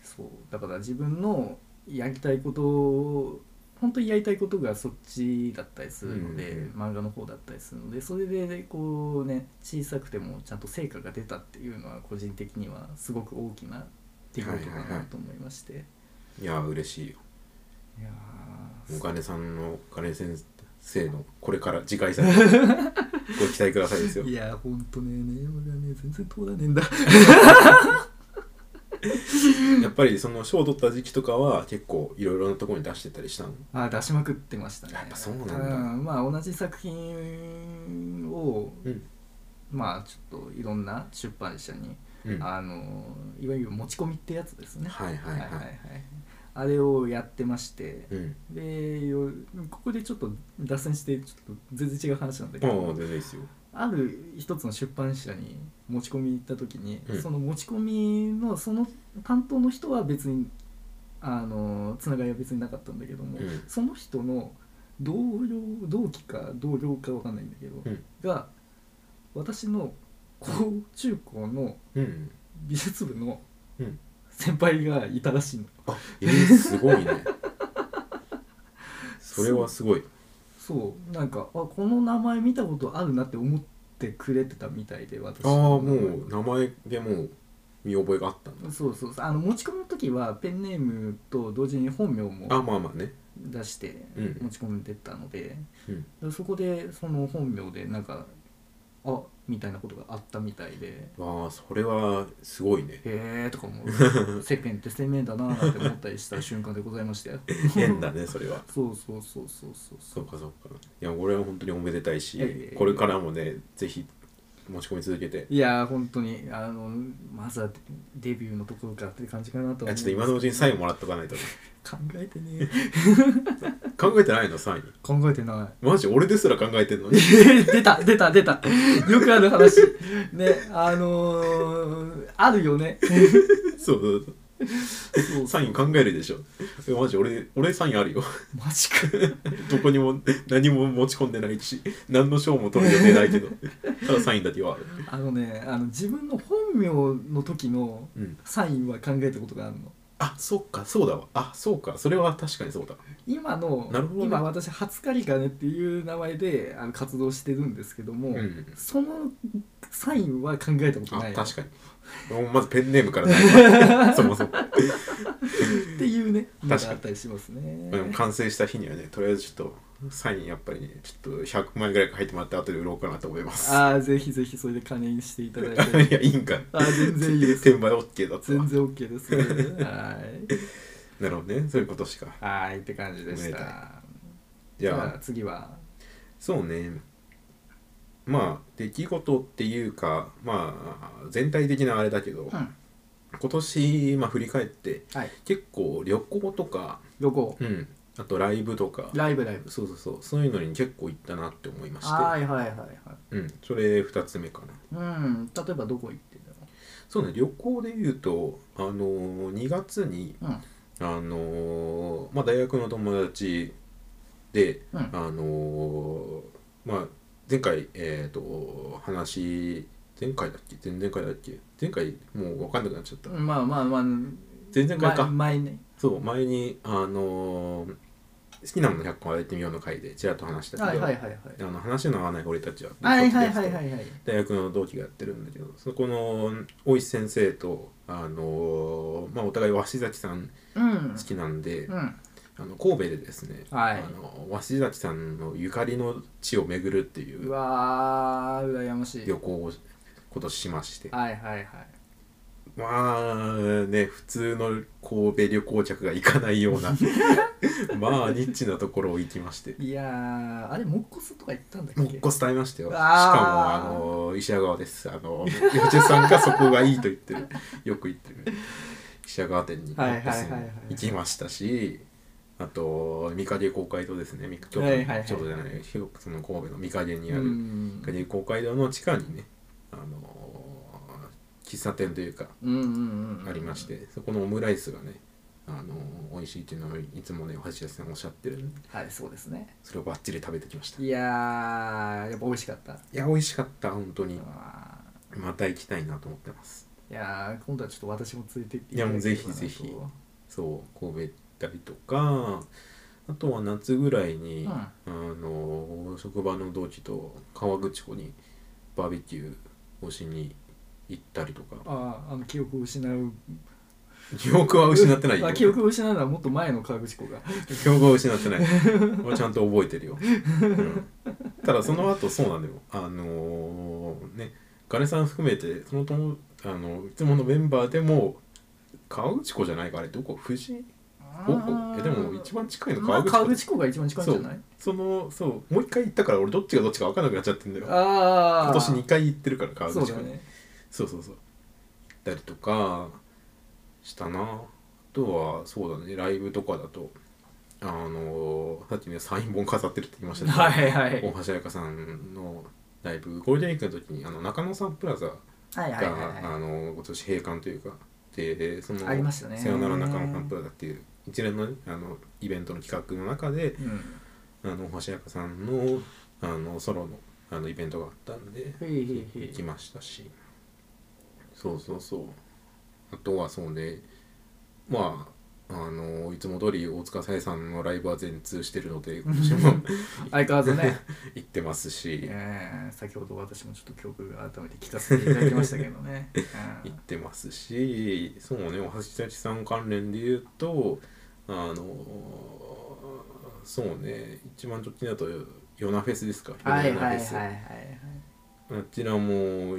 [SPEAKER 2] そうだから自分のやりたいことを本当にやりたいことがそっちだったりするので、
[SPEAKER 1] うん
[SPEAKER 2] 漫画の方だったりするのでそれでこうね小さくてもちゃんと成果が出たっていうのは個人的にはすごく大きな出来事かなと思いまして、い
[SPEAKER 1] いやー嬉しいよ
[SPEAKER 2] やー
[SPEAKER 1] お金さんのお金先生のこれから次回作 ご期待くださいですよ
[SPEAKER 2] いやーほんとねね俺はね全然通らねえんだ
[SPEAKER 1] やっぱりその賞を取った時期とかは結構いろいろなところに出してたりしたの
[SPEAKER 2] あ出しまくってましたね
[SPEAKER 1] やっぱそうなんだ
[SPEAKER 2] んまあ同じ作品を
[SPEAKER 1] うん
[SPEAKER 2] まあちょっといろんな出版社に、
[SPEAKER 1] うんはい
[SPEAKER 2] あのいわゆる持ち込みってやつですね
[SPEAKER 1] はいはい、
[SPEAKER 2] あれをやってまして
[SPEAKER 1] うん
[SPEAKER 2] でよここでちょっと脱線してちょっと全然違う話なんだけど、
[SPEAKER 1] もう全然いいですよ
[SPEAKER 2] ある一つの出版社に持ち込み行った時に、
[SPEAKER 1] うん
[SPEAKER 2] その持ち込みのその担当の人は別にあのつながりは別になかったんだけども、
[SPEAKER 1] うん
[SPEAKER 2] その人の同僚同期か同僚かわかんないんだけど、
[SPEAKER 1] うん
[SPEAKER 2] が私の高中高の
[SPEAKER 1] うん
[SPEAKER 2] 美術部の
[SPEAKER 1] うん
[SPEAKER 2] 先輩がいたらしいの。
[SPEAKER 1] あえー、すごい ねそれはすごい
[SPEAKER 2] そうなんかあこの名前見たことあるなって思ってくれてたみたいで私
[SPEAKER 1] ああ
[SPEAKER 2] の
[SPEAKER 1] も
[SPEAKER 2] 名前
[SPEAKER 1] う名前でもう見覚えがあったんだ
[SPEAKER 2] そうそうそうあの持ち込む時はペンネームと同時に本名
[SPEAKER 1] あ
[SPEAKER 2] も
[SPEAKER 1] まあまあね
[SPEAKER 2] 出して
[SPEAKER 1] うん
[SPEAKER 2] 持ち込んでったので、
[SPEAKER 1] うん
[SPEAKER 2] でそこでその本名でなんかあみたいなことがあったみたいで
[SPEAKER 1] ああそれはすごいね
[SPEAKER 2] へえとか思う世間って鮮明だなーなんて思ったりした瞬間でございましたよ
[SPEAKER 1] 変だねそれは
[SPEAKER 2] そうそうそうそうそう
[SPEAKER 1] そうかそうかいや俺は本当におめでたいし
[SPEAKER 2] いやいやいや
[SPEAKER 1] これからもねぜひ持ち込み続けて
[SPEAKER 2] いやー本当にあのまずはデビューのところからって感じかな
[SPEAKER 1] い
[SPEAKER 2] とは思う
[SPEAKER 1] や
[SPEAKER 2] ん
[SPEAKER 1] ち
[SPEAKER 2] で
[SPEAKER 1] ょっと今
[SPEAKER 2] すけど
[SPEAKER 1] のうちにサインもらっとかないとね
[SPEAKER 2] 考えてね
[SPEAKER 1] 考えてないのサイン
[SPEAKER 2] 考えてない
[SPEAKER 1] マジ俺ですら考えて んのに
[SPEAKER 2] 出た出た出たよくある話ねあのー、あるよね
[SPEAKER 1] そうそうそう
[SPEAKER 2] そう
[SPEAKER 1] サイン考えるでしょえマジ俺俺サインあるよ
[SPEAKER 2] マジか
[SPEAKER 1] どこにも何も持ち込んでないし何の賞も取る予定ないけど ただサインだけはある
[SPEAKER 2] あのねあの自分の本名の時の
[SPEAKER 1] うん
[SPEAKER 2] サインは考えたことがあるの
[SPEAKER 1] あそっかそうだわあそうかそれは確かにそうだ
[SPEAKER 2] 今の、
[SPEAKER 1] なるほどね
[SPEAKER 2] 今私初カリカネっていう名前であの活動してるんですけども、
[SPEAKER 1] うん
[SPEAKER 2] そのサインは考えたこと
[SPEAKER 1] あ
[SPEAKER 2] ない
[SPEAKER 1] 確
[SPEAKER 2] っ
[SPEAKER 1] かにもうまずペンネームからだ よそもそも
[SPEAKER 2] ていうねの
[SPEAKER 1] 確か
[SPEAKER 2] が
[SPEAKER 1] に
[SPEAKER 2] あったりしますね
[SPEAKER 1] でも完成した日にはねとりあえずちょっとサインやっぱりねちょっと100枚ぐらい入ってもらって後で売ろうかなと思います
[SPEAKER 2] ああぜひぜひそれで加減していただい
[SPEAKER 1] い
[SPEAKER 2] て
[SPEAKER 1] やいいんかい
[SPEAKER 2] あー全然いいです
[SPEAKER 1] 転売 OK だったわ
[SPEAKER 2] 全然 OK ですはい
[SPEAKER 1] なるほどねそういうことしか
[SPEAKER 2] はいって感じでし
[SPEAKER 1] おめでたい
[SPEAKER 2] た
[SPEAKER 1] じ
[SPEAKER 2] じゃ
[SPEAKER 1] ゃ
[SPEAKER 2] あ
[SPEAKER 1] あ
[SPEAKER 2] 次は
[SPEAKER 1] そうねまあ出来事っていうかまあ全体的なあれだけど、
[SPEAKER 2] うん
[SPEAKER 1] 今年、まあ、振り返って
[SPEAKER 2] はい
[SPEAKER 1] 結構旅行とか、
[SPEAKER 2] 旅行
[SPEAKER 1] うん、あとライブとか
[SPEAKER 2] ライブライブ
[SPEAKER 1] そうそうそうそういうのに結構行ったなって思いまして、
[SPEAKER 2] はいはいはいはい
[SPEAKER 1] うん、それ2つ目かな
[SPEAKER 2] うん例えばどこ行って
[SPEAKER 1] そうね旅行で言うとあのー、2月に
[SPEAKER 2] たの
[SPEAKER 1] あのーまあ、大学の友達で、
[SPEAKER 2] うん
[SPEAKER 1] あのーまあ、前回、えー、と話前回だっけ前々回だっけ前回もう分かんなくなっちゃった
[SPEAKER 2] うんまあまあまあ
[SPEAKER 1] 前々回か、
[SPEAKER 2] ま前ね
[SPEAKER 1] そう前に、あのー好きなもの100個まで行ってみようの回でちらっと話したけど、
[SPEAKER 2] はいはいはいはい
[SPEAKER 1] あの話の合わない俺たちは
[SPEAKER 2] はいはいはいはいはい
[SPEAKER 1] 大学の同期がやってるんだけどそこの大石先生と、あのーまあ、お互い鷲崎さん
[SPEAKER 2] うん
[SPEAKER 1] 好きなんで、
[SPEAKER 2] うん
[SPEAKER 1] あの神戸でですね、
[SPEAKER 2] はい
[SPEAKER 1] あの鷲崎さんのゆかりの地を巡るっていうう
[SPEAKER 2] わー羨ましい
[SPEAKER 1] 旅
[SPEAKER 2] はい
[SPEAKER 1] 行を今年しまして
[SPEAKER 2] はいはい
[SPEAKER 1] まあね普通の神戸旅行客が行かないよ うなまあニッチなところを行きまして
[SPEAKER 2] いやーあれモッコスとか行ったんだっけ
[SPEAKER 1] もっこ伝えましたよし
[SPEAKER 2] あー
[SPEAKER 1] かもあの石屋川ですあの四十さんがそこがいいと言ってるよく言ってる石屋川店にもっ
[SPEAKER 2] はいはい
[SPEAKER 1] こ
[SPEAKER 2] はい
[SPEAKER 1] す
[SPEAKER 2] はい
[SPEAKER 1] 行きましたしあと三陰公会堂ですね三京都
[SPEAKER 2] はいはいはい
[SPEAKER 1] 京都じゃないひょその神戸の三陰にあ
[SPEAKER 2] う
[SPEAKER 1] る
[SPEAKER 2] ん
[SPEAKER 1] 三陰公会堂の地下にねあのー喫茶店というか
[SPEAKER 2] うんうんうん
[SPEAKER 1] ありましてそこのオムライスがねあのー美味しいっていうのをいつもねお箸屋さんおっしゃってるんで
[SPEAKER 2] はいそうですね
[SPEAKER 1] それをバッチリ食べてきましたい
[SPEAKER 2] いやーやっぱ美味しかった
[SPEAKER 1] や美味しかった本当に
[SPEAKER 2] あ
[SPEAKER 1] また行きたいなと思ってます
[SPEAKER 2] ーいやー今度はちょっと私も連れて行って
[SPEAKER 1] いやもう
[SPEAKER 2] ただ
[SPEAKER 1] ぜ
[SPEAKER 2] けれ
[SPEAKER 1] ひ
[SPEAKER 2] ばなと
[SPEAKER 1] ぜひそう神戸行ったりとかあとは夏ぐらいに、
[SPEAKER 2] うん
[SPEAKER 1] あの職場の同期と河口湖にバーベキューをしに行ったりとか
[SPEAKER 2] あああの記憶を失う
[SPEAKER 1] 記憶は失ってないよ
[SPEAKER 2] あ記憶を失うのはもっと前の河口湖が
[SPEAKER 1] 記憶は失ってない俺ちゃんと覚えてるよ、うんただその後そうなんだよあのーねガネさん含めてその友あのいつものメンバーでも河口湖じゃないかあれどこ藤井高校えでも一番近いの川
[SPEAKER 2] まあ
[SPEAKER 1] 口
[SPEAKER 2] 河口湖が一番近いんじゃない
[SPEAKER 1] そのそうもう一回行ったから俺どっちがどっちか分かんなくなっちゃってんだよ
[SPEAKER 2] ああ
[SPEAKER 1] 今年2回行ってるから川口
[SPEAKER 2] そ
[SPEAKER 1] 湖
[SPEAKER 2] うだね
[SPEAKER 1] そうそうそう行ったりとかしたなあとはそうだねライブとかだとあのーさっきねサイン本飾ってるって言いましたけど
[SPEAKER 2] はいはい
[SPEAKER 1] 大橋彩香さんのライブゴールデンウィークの時にあの中野サンプラザが、
[SPEAKER 2] はいはいはいは
[SPEAKER 1] あのー今年閉館というかでその
[SPEAKER 2] ありましたね
[SPEAKER 1] さよなら中野サンプラザ」っていう一連の,、ね、あのイベントの企画の中で
[SPEAKER 2] いうん
[SPEAKER 1] あの星彩香さんのあのソロのあのイベントがあったんで
[SPEAKER 2] へいへいへい
[SPEAKER 1] 行きましたしそうそうそうあとはそうねまああのいつも通り大塚さえさんのライブは全通してるので今年も
[SPEAKER 2] 相変わらずね
[SPEAKER 1] 行ってますし
[SPEAKER 2] えー先ほど私もちょっと記憶が改めて聞かせていただきましたけどね、う
[SPEAKER 1] 行っ
[SPEAKER 2] ん
[SPEAKER 1] てますしそうねお橋たちさん関連で言うとあのそうね一番直近だと夜なフェスですか
[SPEAKER 2] はい
[SPEAKER 1] 夜
[SPEAKER 2] は
[SPEAKER 1] な
[SPEAKER 2] いは
[SPEAKER 1] いフェス
[SPEAKER 2] はいはい
[SPEAKER 1] あちらも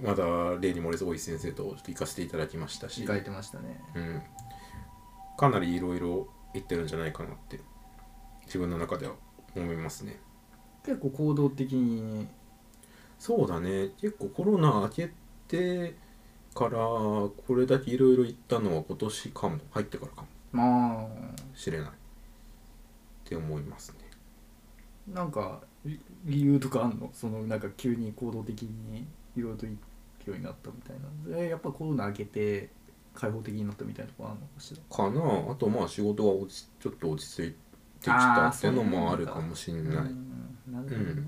[SPEAKER 1] まだ例に漏れず大石先生とちょっと行かせていただきましたし、
[SPEAKER 2] 意外てましたね
[SPEAKER 1] うん、かなりいろいろ行ってるんじゃないかなって自分の中では思いますね
[SPEAKER 2] 結構行動的に
[SPEAKER 1] そうだね結構コロナ明けてからこれだけいろいろ行ったのは今年かも入ってからかも
[SPEAKER 2] まあ
[SPEAKER 1] しれないって思いますね
[SPEAKER 2] なんかり理由とかあんのそのなんか急に行動的にいろいろと行くようになったみたいなえやっぱコロナ明けて開放的になったみたいなとこあるのかしら
[SPEAKER 1] かなあとまあ仕事が落ちちょっと落ち着いてき
[SPEAKER 2] あ
[SPEAKER 1] た
[SPEAKER 2] ー
[SPEAKER 1] っていうのもあるかもしれない
[SPEAKER 2] うんなるほどね、
[SPEAKER 1] うん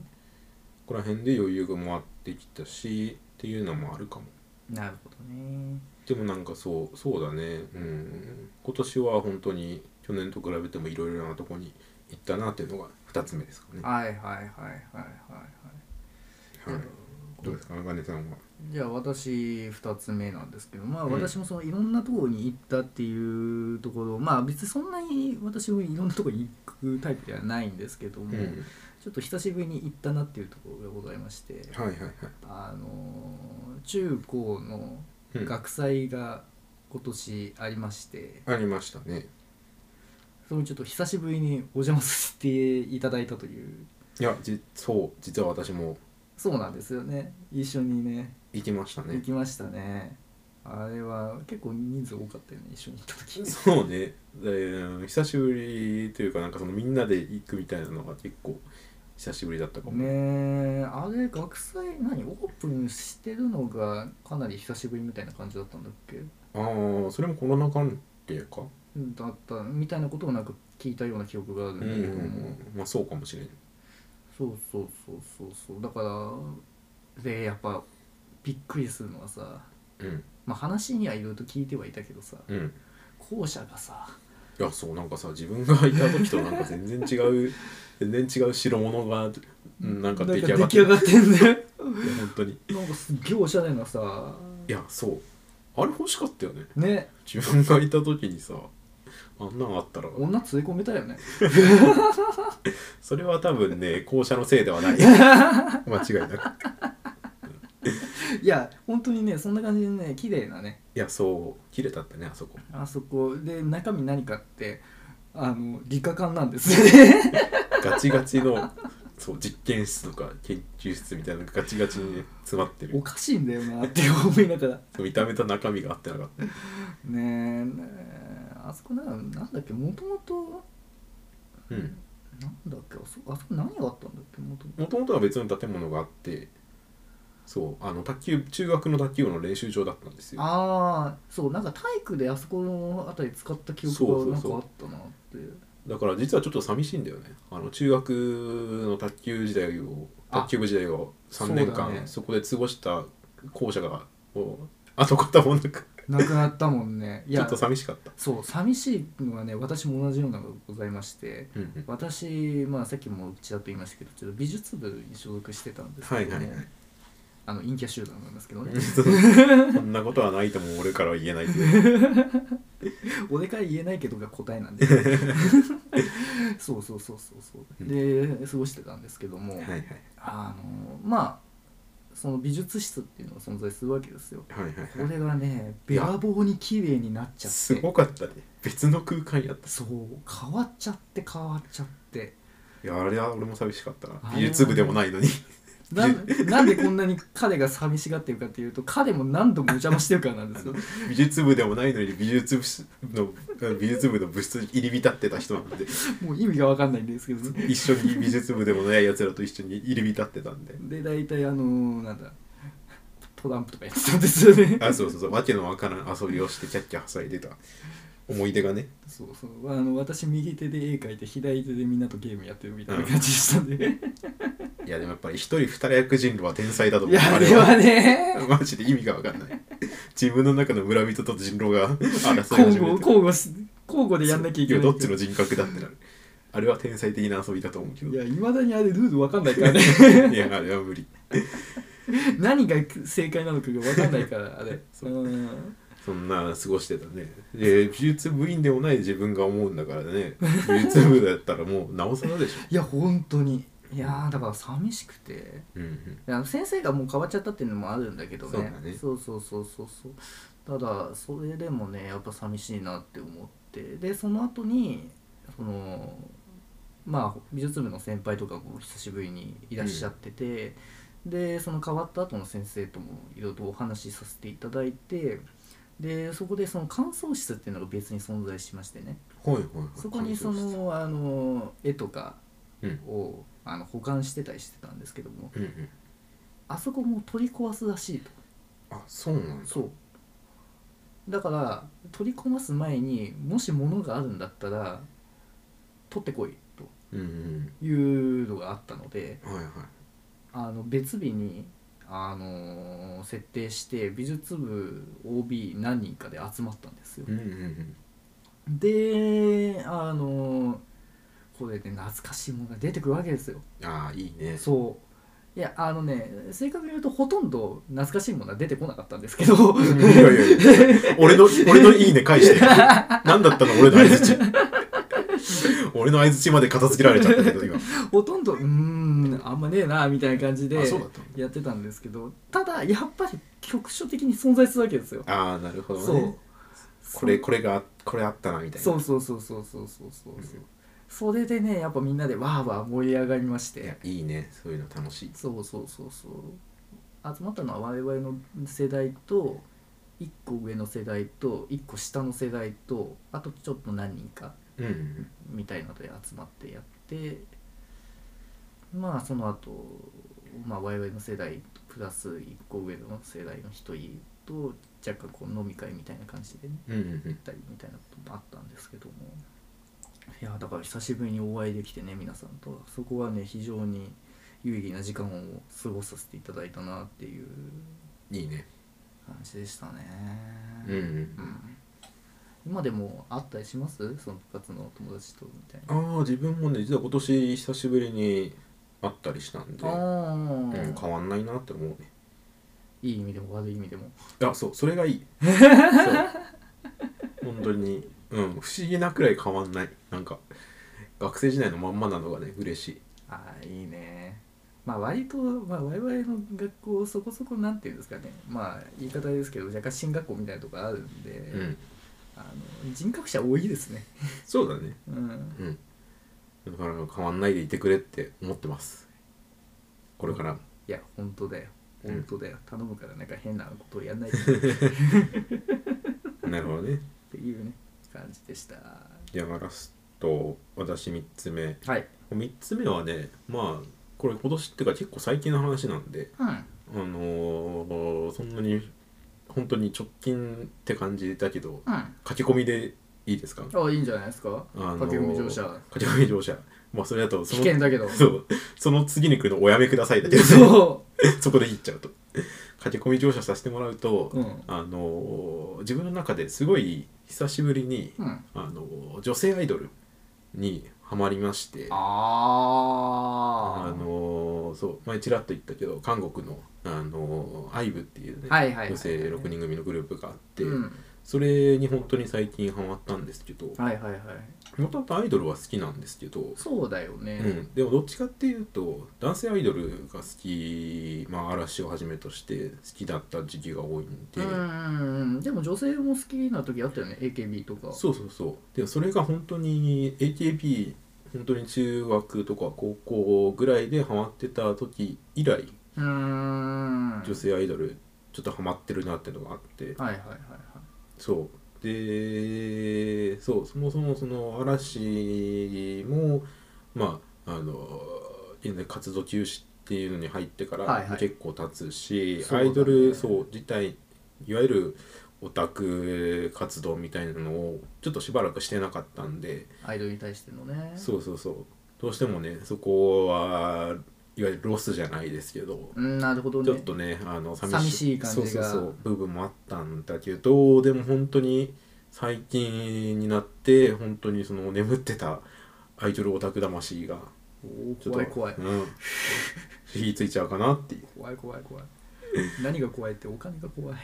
[SPEAKER 1] ここら辺で余裕が回ってきたしっていうのもあるかも
[SPEAKER 2] なるほどね
[SPEAKER 1] でもなんかそうそうだねうん今年は本当に去年と比べてもいろいろなとこに行ったなっていうのが2つ目ですかね、は
[SPEAKER 2] はいはいはいはいはいはい、
[SPEAKER 1] い、どうですか茜さんは
[SPEAKER 2] じゃあ私2つ目なんですけどまあ
[SPEAKER 1] うん
[SPEAKER 2] 私もそのいろんなところに行ったっていうところ、まあ別にそんなに私もいろんなところに行くタイプではないんですけども、
[SPEAKER 1] うん
[SPEAKER 2] ちょっと久しぶりに行ったなっていうところがございまして
[SPEAKER 1] はいはいはい
[SPEAKER 2] あのー中高の
[SPEAKER 1] うん
[SPEAKER 2] 学祭が今年ありまして、
[SPEAKER 1] ありましたね
[SPEAKER 2] それにちょっと久しぶりにお邪魔させていただいたという
[SPEAKER 1] いやじそう実は私も
[SPEAKER 2] そうなんですよね一緒にね
[SPEAKER 1] 行きましたね
[SPEAKER 2] 行きましたねあれは結構人数多かったよね一緒に行った時
[SPEAKER 1] そうね、で久しぶりというかなんかそのみんなで行くみたいなのが結構久しぶりだったかも、
[SPEAKER 2] ねえあれ学祭何オープンしてるのがかなり久しぶりみたいな感じだったんだっけ
[SPEAKER 1] ああそれもコロナ関係か
[SPEAKER 2] だったみたいなことをなんか聞いたような記憶がある
[SPEAKER 1] うんん、
[SPEAKER 2] だけども、
[SPEAKER 1] まあそうかもしれん
[SPEAKER 2] そうそうそうそうそうだからでやっぱびっくりするのはさ
[SPEAKER 1] うん
[SPEAKER 2] まあ話にはいろいろと聞いてはいたけどさ
[SPEAKER 1] うん
[SPEAKER 2] 校舎がさ
[SPEAKER 1] いやそうなんかさ自分がいた時となんか全然違 う全然違う代物がうんなんか出来上がって
[SPEAKER 2] なんか出来上がってんだよ
[SPEAKER 1] いや本当にい
[SPEAKER 2] なんかすっげえおしゃれなさ
[SPEAKER 1] やそうあれ欲しかったよね
[SPEAKER 2] ね
[SPEAKER 1] 自分がいた時にさあんなんあったら
[SPEAKER 2] 女連れ込めたよね
[SPEAKER 1] それは多分 ね校舎のせいではない間違いなく
[SPEAKER 2] いや本当にねそんな感じでね綺麗なね
[SPEAKER 1] いやそう切れたってねあそこ
[SPEAKER 2] あそこで中身何かってあの理科館なんです ね
[SPEAKER 1] ガチガチのそう実験室とか研究室みたいなのがガチガチに、ね、詰まって
[SPEAKER 2] お
[SPEAKER 1] る
[SPEAKER 2] かしいんだよなって思いながら
[SPEAKER 1] 見た目と中身が合ってなかった
[SPEAKER 2] ねえねえあそこななんだっけもともと
[SPEAKER 1] うん
[SPEAKER 2] なんだっけあそこあそこ何があったんだっけもともと
[SPEAKER 1] もともとは別の建物があってそうあの卓球中学の卓球部の練習場だったんですよ
[SPEAKER 2] ああそうなんか体育であそこのあたり使った記憶がなんかあったなって
[SPEAKER 1] だから実はちょっと寂しいんだよねあの中学の卓球時代を
[SPEAKER 2] あ
[SPEAKER 1] 卓球部時代を3年
[SPEAKER 2] そうだ
[SPEAKER 1] 間
[SPEAKER 2] ね
[SPEAKER 1] そこで過ごした校舎がもう跡形もなく
[SPEAKER 2] なくなったもん ねい
[SPEAKER 1] ちょ
[SPEAKER 2] や
[SPEAKER 1] っと寂しかった
[SPEAKER 2] そう寂しいのはね私も同じようなのがございまして
[SPEAKER 1] うんうん
[SPEAKER 2] 私、まあ、さっきもちらっと言いましたけどちょっと美術部に所属してたんです
[SPEAKER 1] は
[SPEAKER 2] け
[SPEAKER 1] い
[SPEAKER 2] ども、
[SPEAKER 1] はいはい
[SPEAKER 2] あの陰キャ集団なんですけどね
[SPEAKER 1] こんなことはないとも俺からは言えないけど
[SPEAKER 2] 俺から言えないけどが答えなんで そうそうそうそうそうで過ごしてたんですけども、
[SPEAKER 1] はいはい
[SPEAKER 2] あのまあその美術室っていうのが存在するわけですよ
[SPEAKER 1] はいはいはい
[SPEAKER 2] これがねべらぼうに綺麗になっちゃ
[SPEAKER 1] す
[SPEAKER 2] って
[SPEAKER 1] ごかったね別の空間やった
[SPEAKER 2] そう変わっちゃって変わっちゃって
[SPEAKER 1] いやあれは俺も寂しかったな
[SPEAKER 2] あれは
[SPEAKER 1] 美術部でもないのに
[SPEAKER 2] なんなんでこんなに彼が寂しがってるかっていうと彼も何度もお邪魔してるからな んですよ
[SPEAKER 1] 美術部でもないのに美術部の美術部の部室に入り浸ってた人なんで
[SPEAKER 2] もう意味が分かんないんですけどね
[SPEAKER 1] 一緒に美術部でもないやつらと一緒に入り浸ってたんで
[SPEAKER 2] で大体あのー、なんだトランプとかやってたんですよね
[SPEAKER 1] あそうそうそう訳のわからん遊びをしてキャッキャはしゃいでた思い出がね
[SPEAKER 2] そうそうあの私右手で絵描いて左手でみんなとゲームやってるみたいな感じでしたんで、
[SPEAKER 1] いやでもやっぱり一人二役人狼は天才だと思
[SPEAKER 2] いうやあ
[SPEAKER 1] あれ
[SPEAKER 2] れ
[SPEAKER 1] は
[SPEAKER 2] はね
[SPEAKER 1] マジで意味がわかんない自分の中の村人と人狼が争い
[SPEAKER 2] 交
[SPEAKER 1] 始
[SPEAKER 2] 互
[SPEAKER 1] めて
[SPEAKER 2] 交互し交互でやんなきゃいけない
[SPEAKER 1] どっちの人格だってなるあれは天才的な遊びだと思うけど
[SPEAKER 2] いやいまだにあれルール分かんないから ね
[SPEAKER 1] いやあれは無理
[SPEAKER 2] 何が正解なのかが分かんないからあれ
[SPEAKER 1] そう
[SPEAKER 2] うん
[SPEAKER 1] そんな過ごしてたねで美術部員でもない自分が思うんだからね美術部だったらもうなおさらでしょ
[SPEAKER 2] いや本当にいやーだから寂しくて
[SPEAKER 1] うんうん
[SPEAKER 2] いや先生がもう変わっちゃったっていうのもあるんだけどね
[SPEAKER 1] そうだね
[SPEAKER 2] そうそうそうそうそうただそれでもねやっぱ寂しいなって思ってでその後にそのまあ美術部の先輩とかも久しぶりにいらっしゃってて、でその変わった後の先生ともいろいろとお話しさせていただいてでそこでその乾燥室っていうのが別に存在しましてね
[SPEAKER 1] ほいほいほい
[SPEAKER 2] そこにそのあの絵とか
[SPEAKER 1] うん
[SPEAKER 2] をあの保管してたりしてたんですけども
[SPEAKER 1] うんうん
[SPEAKER 2] あそこも取り壊すらしいと
[SPEAKER 1] あそうなんだ
[SPEAKER 2] そうだから取りこます前にもし物があるんだったら取ってこい
[SPEAKER 1] うん
[SPEAKER 2] というのがあったので
[SPEAKER 1] うんはいはい
[SPEAKER 2] あの別日に、あのー設定して美術部 OB 何人かで集まったんですよ
[SPEAKER 1] う。んうんうん
[SPEAKER 2] であのーこれで懐かしいものが出てくるわけですよ。
[SPEAKER 1] ああいい ね
[SPEAKER 2] そういやあのね正確に言うとほとんど懐かしいものは出てこなかったんですけど
[SPEAKER 1] いやいやいや俺の俺のいいね返 して何だったの俺の相槌俺の相槌まで片付けられちゃったけど今
[SPEAKER 2] ほとんどうーんあんまねえなみたいな感じで
[SPEAKER 1] あそうだったの
[SPEAKER 2] やってたんですけどただやっぱり局所的に存在するわけですよ。
[SPEAKER 1] ああなるほど
[SPEAKER 2] そう
[SPEAKER 1] ねこれこれがこれあったなみたいな
[SPEAKER 2] そうそうそうそうそうそうそうそうそれでねやっぱみんなでわーわー盛り上がりまし
[SPEAKER 1] いや
[SPEAKER 2] て
[SPEAKER 1] いいねそういうの楽しい
[SPEAKER 2] そうそうそうそう集まったのは我々の世代と1個上の世代と1個下の世代とあとちょっと何人か
[SPEAKER 1] うんうん
[SPEAKER 2] みたいので集まってやってまあその後、まあ我々の世代プラス1個上の世代の1人と若干こう飲み会みたいな感じでね
[SPEAKER 1] うんうんうん
[SPEAKER 2] 行ったりみたいなこともあったんですけどもいやだから久しぶりにお会いできてね皆さんとそこはね非常に有意義な時間を過ごさせていただいたなっていう
[SPEAKER 1] いいね
[SPEAKER 2] 感じでしたね
[SPEAKER 1] うんうん
[SPEAKER 2] うん今でも会ったりしますその部活の友達とみたいな
[SPEAKER 1] ああ自分もね実は今年久しぶりに会ったりしたんで、
[SPEAKER 2] あ
[SPEAKER 1] うん、
[SPEAKER 2] ー
[SPEAKER 1] 変わんないなって思うね
[SPEAKER 2] いい意味でも悪い意味でも
[SPEAKER 1] あそうそれがい いそう本当にうん不思議なくらい変わんないなんか学生時代のまんまなのがね嬉しい
[SPEAKER 2] ああいいねまあ割と、まあ、我々の学校そこそこなんていうんですかねまあ言い方ですけど若干進学校みたいなとこあるんで、
[SPEAKER 1] うん
[SPEAKER 2] あの人格者多いですね。
[SPEAKER 1] そうだね
[SPEAKER 2] うん。
[SPEAKER 1] うんだから変わんないでいてくれって思ってますこれからも
[SPEAKER 2] いや本当だよ。
[SPEAKER 1] うん
[SPEAKER 2] 本当だよ。頼むからなんか変なことをやんないでっ
[SPEAKER 1] なるほどね
[SPEAKER 2] ていうね感じでした。
[SPEAKER 1] じゃあラスト私3つ目
[SPEAKER 2] はい。
[SPEAKER 1] 3つ目はねまあこれ今年っていうか結構最近の話なんで
[SPEAKER 2] うん。
[SPEAKER 1] あのーそんなに本当に直近って感じだけど
[SPEAKER 2] うん。
[SPEAKER 1] 書き込みでいいですか
[SPEAKER 2] あいいんじゃないですか。
[SPEAKER 1] あのー
[SPEAKER 2] 駆け込み 乗車。
[SPEAKER 1] 書き込み乗車まあそれだとそ
[SPEAKER 2] 危
[SPEAKER 1] の
[SPEAKER 2] 険だけど。
[SPEAKER 1] そうその次に来るのおやめくださいだけど
[SPEAKER 2] そ
[SPEAKER 1] そこで言っちゃうと書き込み乗車させてもらうと、
[SPEAKER 2] う。うん。
[SPEAKER 1] あのー自分の中ですごい久しぶりに、
[SPEAKER 2] うん。
[SPEAKER 1] あのー女性アイドルにハマりまして
[SPEAKER 2] あ
[SPEAKER 1] あ
[SPEAKER 2] ー。
[SPEAKER 1] のーそう前ちらっと言ったけど韓国の、あのー、アイブっていうね、
[SPEAKER 2] はいはいはいはい
[SPEAKER 1] 女性6人組のグループがあって、
[SPEAKER 2] うん。
[SPEAKER 1] それに本当に最近ハマったんですけど
[SPEAKER 2] はいはいはい。
[SPEAKER 1] もともとアイドルは好きなんですけど、
[SPEAKER 2] そうだよね。
[SPEAKER 1] うん、でもどっちかっていうと男性アイドルが好き、まあ、嵐をはじめとして好きだった時期が多いんで、
[SPEAKER 2] うんうんうんでも女性も好きな時あったよね AKB とか
[SPEAKER 1] そうそうそうでもそれが本当に AKB 本当に中学とか高校ぐらいでハマってた時以来
[SPEAKER 2] うーん
[SPEAKER 1] 女性アイドルちょっとハマってるなってのがあって
[SPEAKER 2] はいはいはいはい
[SPEAKER 1] そうでそうそもそもその嵐もまああの現在活動休止っていうのに入ってか
[SPEAKER 2] はいは
[SPEAKER 1] ら
[SPEAKER 2] い
[SPEAKER 1] 結構経つし、
[SPEAKER 2] そうだね
[SPEAKER 1] アイドルそう自体いわゆるオタク活動みたいなのをちょっとしばらくしてなかったんで
[SPEAKER 2] アイドルに対してのね
[SPEAKER 1] そうそうそうどうしてもねそこはいわゆるロスじゃないですけど
[SPEAKER 2] うんなるほどね
[SPEAKER 1] ちょっとねあの寂し
[SPEAKER 2] 寂しい感じが
[SPEAKER 1] そうそうそう部分もあったんだけどでも本当に最近になって本当にその眠ってたアイドルオタク魂が
[SPEAKER 2] おー
[SPEAKER 1] ちょっと
[SPEAKER 2] 怖い怖い
[SPEAKER 1] うん、火ついちゃうかなっていう、
[SPEAKER 2] 怖い怖い怖い何が怖いってお金が怖い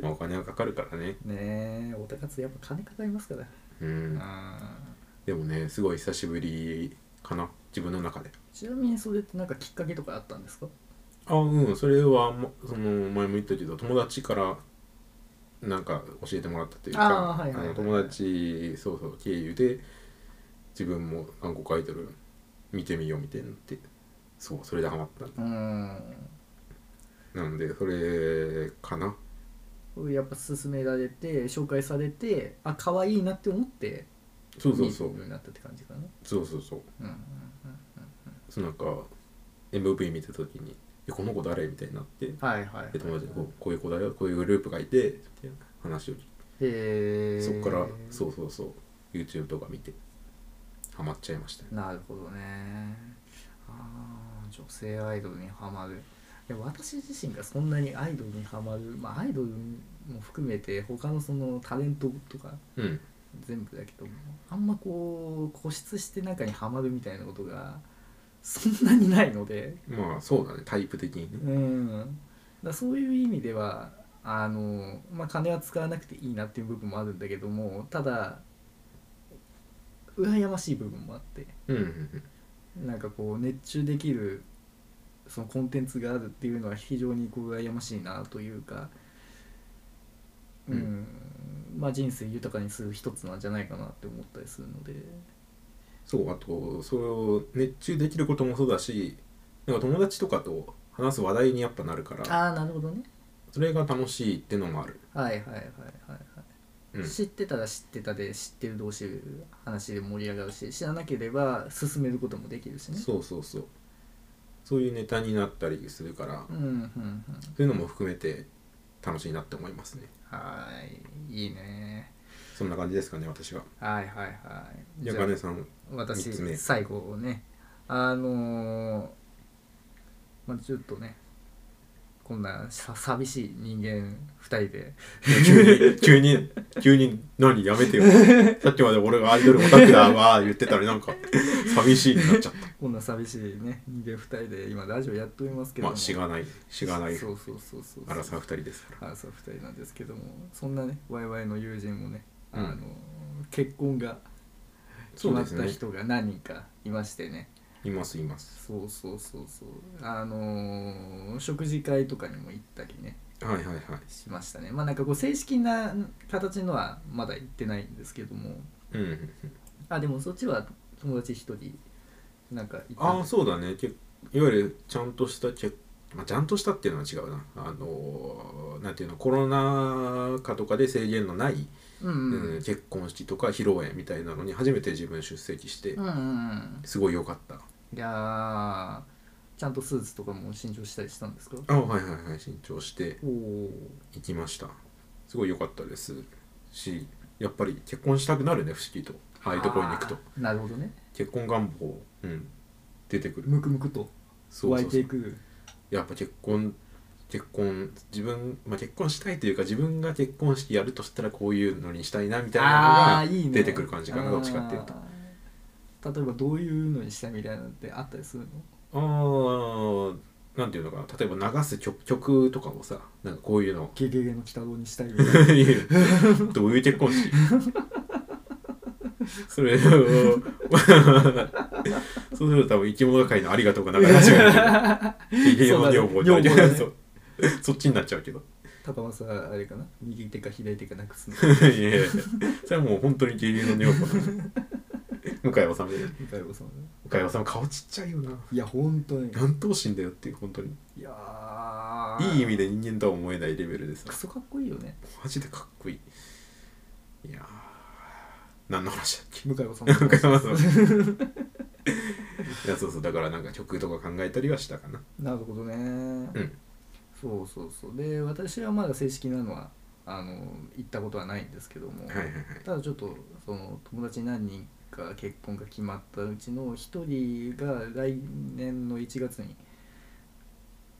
[SPEAKER 1] まあ、お金はかかるからね、
[SPEAKER 2] ねえおたかつやっぱ金かかりますから
[SPEAKER 1] うん、
[SPEAKER 2] あ
[SPEAKER 1] でもねすごい久しぶりかな自分の中で
[SPEAKER 2] ーちなみにそれってなんかきっかけとかあったんですか
[SPEAKER 1] あうんそれはまその前も言ったけど友達からなんか教えてもらったというか
[SPEAKER 2] あーはいはいはい
[SPEAKER 1] あの友達そうそう経由で自分も韓国アイドル見てみようみたいになってそうそれでハマった
[SPEAKER 2] うーん
[SPEAKER 1] なのでそれかな
[SPEAKER 2] これやっぱ勧められて紹介されてあ可愛いなって思って
[SPEAKER 1] そうそうそう
[SPEAKER 2] 見るようになったって感じかな
[SPEAKER 1] そうそうそう
[SPEAKER 2] うんうん
[SPEAKER 1] そうなんか MV 見た時にえこの子誰みたいになって
[SPEAKER 2] はいはい
[SPEAKER 1] で友達にこうこういう子だよこういうグループがいてみたいな話を聞いて
[SPEAKER 2] へえ
[SPEAKER 1] そこからそうそうそう YouTube とか見てハマっちゃいましたね
[SPEAKER 2] なるほどねあー女性アイドルにはまるいや私自身がそんなにアイドルにはまる、まあ、アイドルも含めて他のそのタレントとか
[SPEAKER 1] うん
[SPEAKER 2] 全部だけどもあんまこう固執して中にはまるみたいなことがそんなにないので
[SPEAKER 1] まあそうだねタイプ的にね
[SPEAKER 2] うんだからそういう意味ではあの、まあ、金は使わなくていいなっていう部分もあるんだけどもただ羨ましい部分もあって
[SPEAKER 1] うんうん
[SPEAKER 2] なんかこう熱中できるそのコンテンツがあるっていうのは非常にこう羨ましいなというか、うんまあ、人生豊かにする一つなんじゃないかなって思ったりするので
[SPEAKER 1] そうあとそれを熱中できることもそうだしなんか友達とかと話す話題にやっぱなるから
[SPEAKER 2] ああなるほどね
[SPEAKER 1] それが楽しいってのもある
[SPEAKER 2] はいはいはいはいはい、
[SPEAKER 1] うん
[SPEAKER 2] 知ってたら知ってたで知ってる同士話で盛り上がるし知らなければ進めることもできるしね
[SPEAKER 1] そうそうそうそういうネタになったりするから
[SPEAKER 2] うんうんうん
[SPEAKER 1] そういうのも含めて楽しいなって思いますね
[SPEAKER 2] はーいいいね
[SPEAKER 1] そんな感じですかね私は
[SPEAKER 2] はいはいはい
[SPEAKER 1] じゃあ金さん三つ目
[SPEAKER 2] 私最後ねあのーまあちょっとねこんなさ寂しい人間2人で
[SPEAKER 1] 急に急に急に何やめてよさっきまで俺がアイドルオタクだわー言ってたらなんか寂しいになっちゃっ
[SPEAKER 2] こんな寂しいね人間2人で今ラジオやっておりますけ
[SPEAKER 1] たま
[SPEAKER 2] ども
[SPEAKER 1] あしがないしがない
[SPEAKER 2] そうそうそうそう
[SPEAKER 1] アラサー2人ですから
[SPEAKER 2] アラサー2人なんですけどもそんなねワイワイの友人もね、
[SPEAKER 1] うん
[SPEAKER 2] あの結婚が決
[SPEAKER 1] そう
[SPEAKER 2] ま
[SPEAKER 1] で
[SPEAKER 2] っ
[SPEAKER 1] す
[SPEAKER 2] た
[SPEAKER 1] ね
[SPEAKER 2] 人が何人かいましてね
[SPEAKER 1] いますいます
[SPEAKER 2] そうそうそうそうあのー食事会とかにも行ったりね
[SPEAKER 1] はいはいはい
[SPEAKER 2] しましたねまあなんかこう正式な形のはまだ行ってないんですけども
[SPEAKER 1] うんうんうん
[SPEAKER 2] あでもそっちは友達一人なんか行った
[SPEAKER 1] ああそうだねけいわゆるちゃんとしたけ、まあ、ちゃんとしたっていうのは違うなあのーなんていうのコロナ禍とかで制限のない、
[SPEAKER 2] うんうんうん
[SPEAKER 1] うん結婚式とか披露宴みたいなのに初めて自分出席して、
[SPEAKER 2] うんうん
[SPEAKER 1] すごい良かった
[SPEAKER 2] いやーちゃんとスーツとかも新調したりしたんですか
[SPEAKER 1] あはいはいはい新調して
[SPEAKER 2] おお
[SPEAKER 1] 行きましたすごい良かったですしやっぱり結婚したくなるね不思議とああいうところに行くと
[SPEAKER 2] あーなるほどね
[SPEAKER 1] 結婚願望、うん、出てくる
[SPEAKER 2] むくむくと
[SPEAKER 1] そう
[SPEAKER 2] 湧
[SPEAKER 1] そ
[SPEAKER 2] いう
[SPEAKER 1] そ
[SPEAKER 2] て
[SPEAKER 1] う
[SPEAKER 2] いく
[SPEAKER 1] やっぱ結婚結婚自分、まあ、結婚したいというか自分が結婚式やるとしたらこういうのにしたいなみたいな
[SPEAKER 2] あーいい
[SPEAKER 1] のが
[SPEAKER 2] ね
[SPEAKER 1] 出てくる感じかなどっちかっていうと
[SPEAKER 2] あー例えばどういうのにしたいみたいなのってあったりするの
[SPEAKER 1] あーなんていうのかな例えば流す曲曲とかもさなんかこういうの
[SPEAKER 2] ゲゲゲの鬼太郎にしたい みたいな
[SPEAKER 1] どういう結婚式それをそうすると多分生き物界のありがとうがなくなっちゃうよねゲゲゲの女房になる
[SPEAKER 2] そうだね
[SPEAKER 1] そうそっちになっちゃうけど
[SPEAKER 2] パパはさあれかな右手か左手かなくすの
[SPEAKER 1] いやいやいやそれはもう本当にゲゲゲの女房なの向井治ね
[SPEAKER 2] 向井さん
[SPEAKER 1] 向井治顔ちっちゃいよない
[SPEAKER 2] や本当に
[SPEAKER 1] 何頭身だよっていう本当に
[SPEAKER 2] いやー
[SPEAKER 1] いい意味で人間とは思えないレベルでさ
[SPEAKER 2] クソかっこいいよね
[SPEAKER 1] マジでかっこいいいやー何の話だっけ
[SPEAKER 2] 向井さん
[SPEAKER 1] なんかそうそういやそうそうだからなんか曲とか考えたりはしたかな
[SPEAKER 2] なるほどね、
[SPEAKER 1] ん
[SPEAKER 2] そうそうそうで私はまだ正式なのはあの行ったことはないんですけども、
[SPEAKER 1] はいはいはい
[SPEAKER 2] ただちょっとその友達何人か結婚が決まったうちの一人が来年の1月に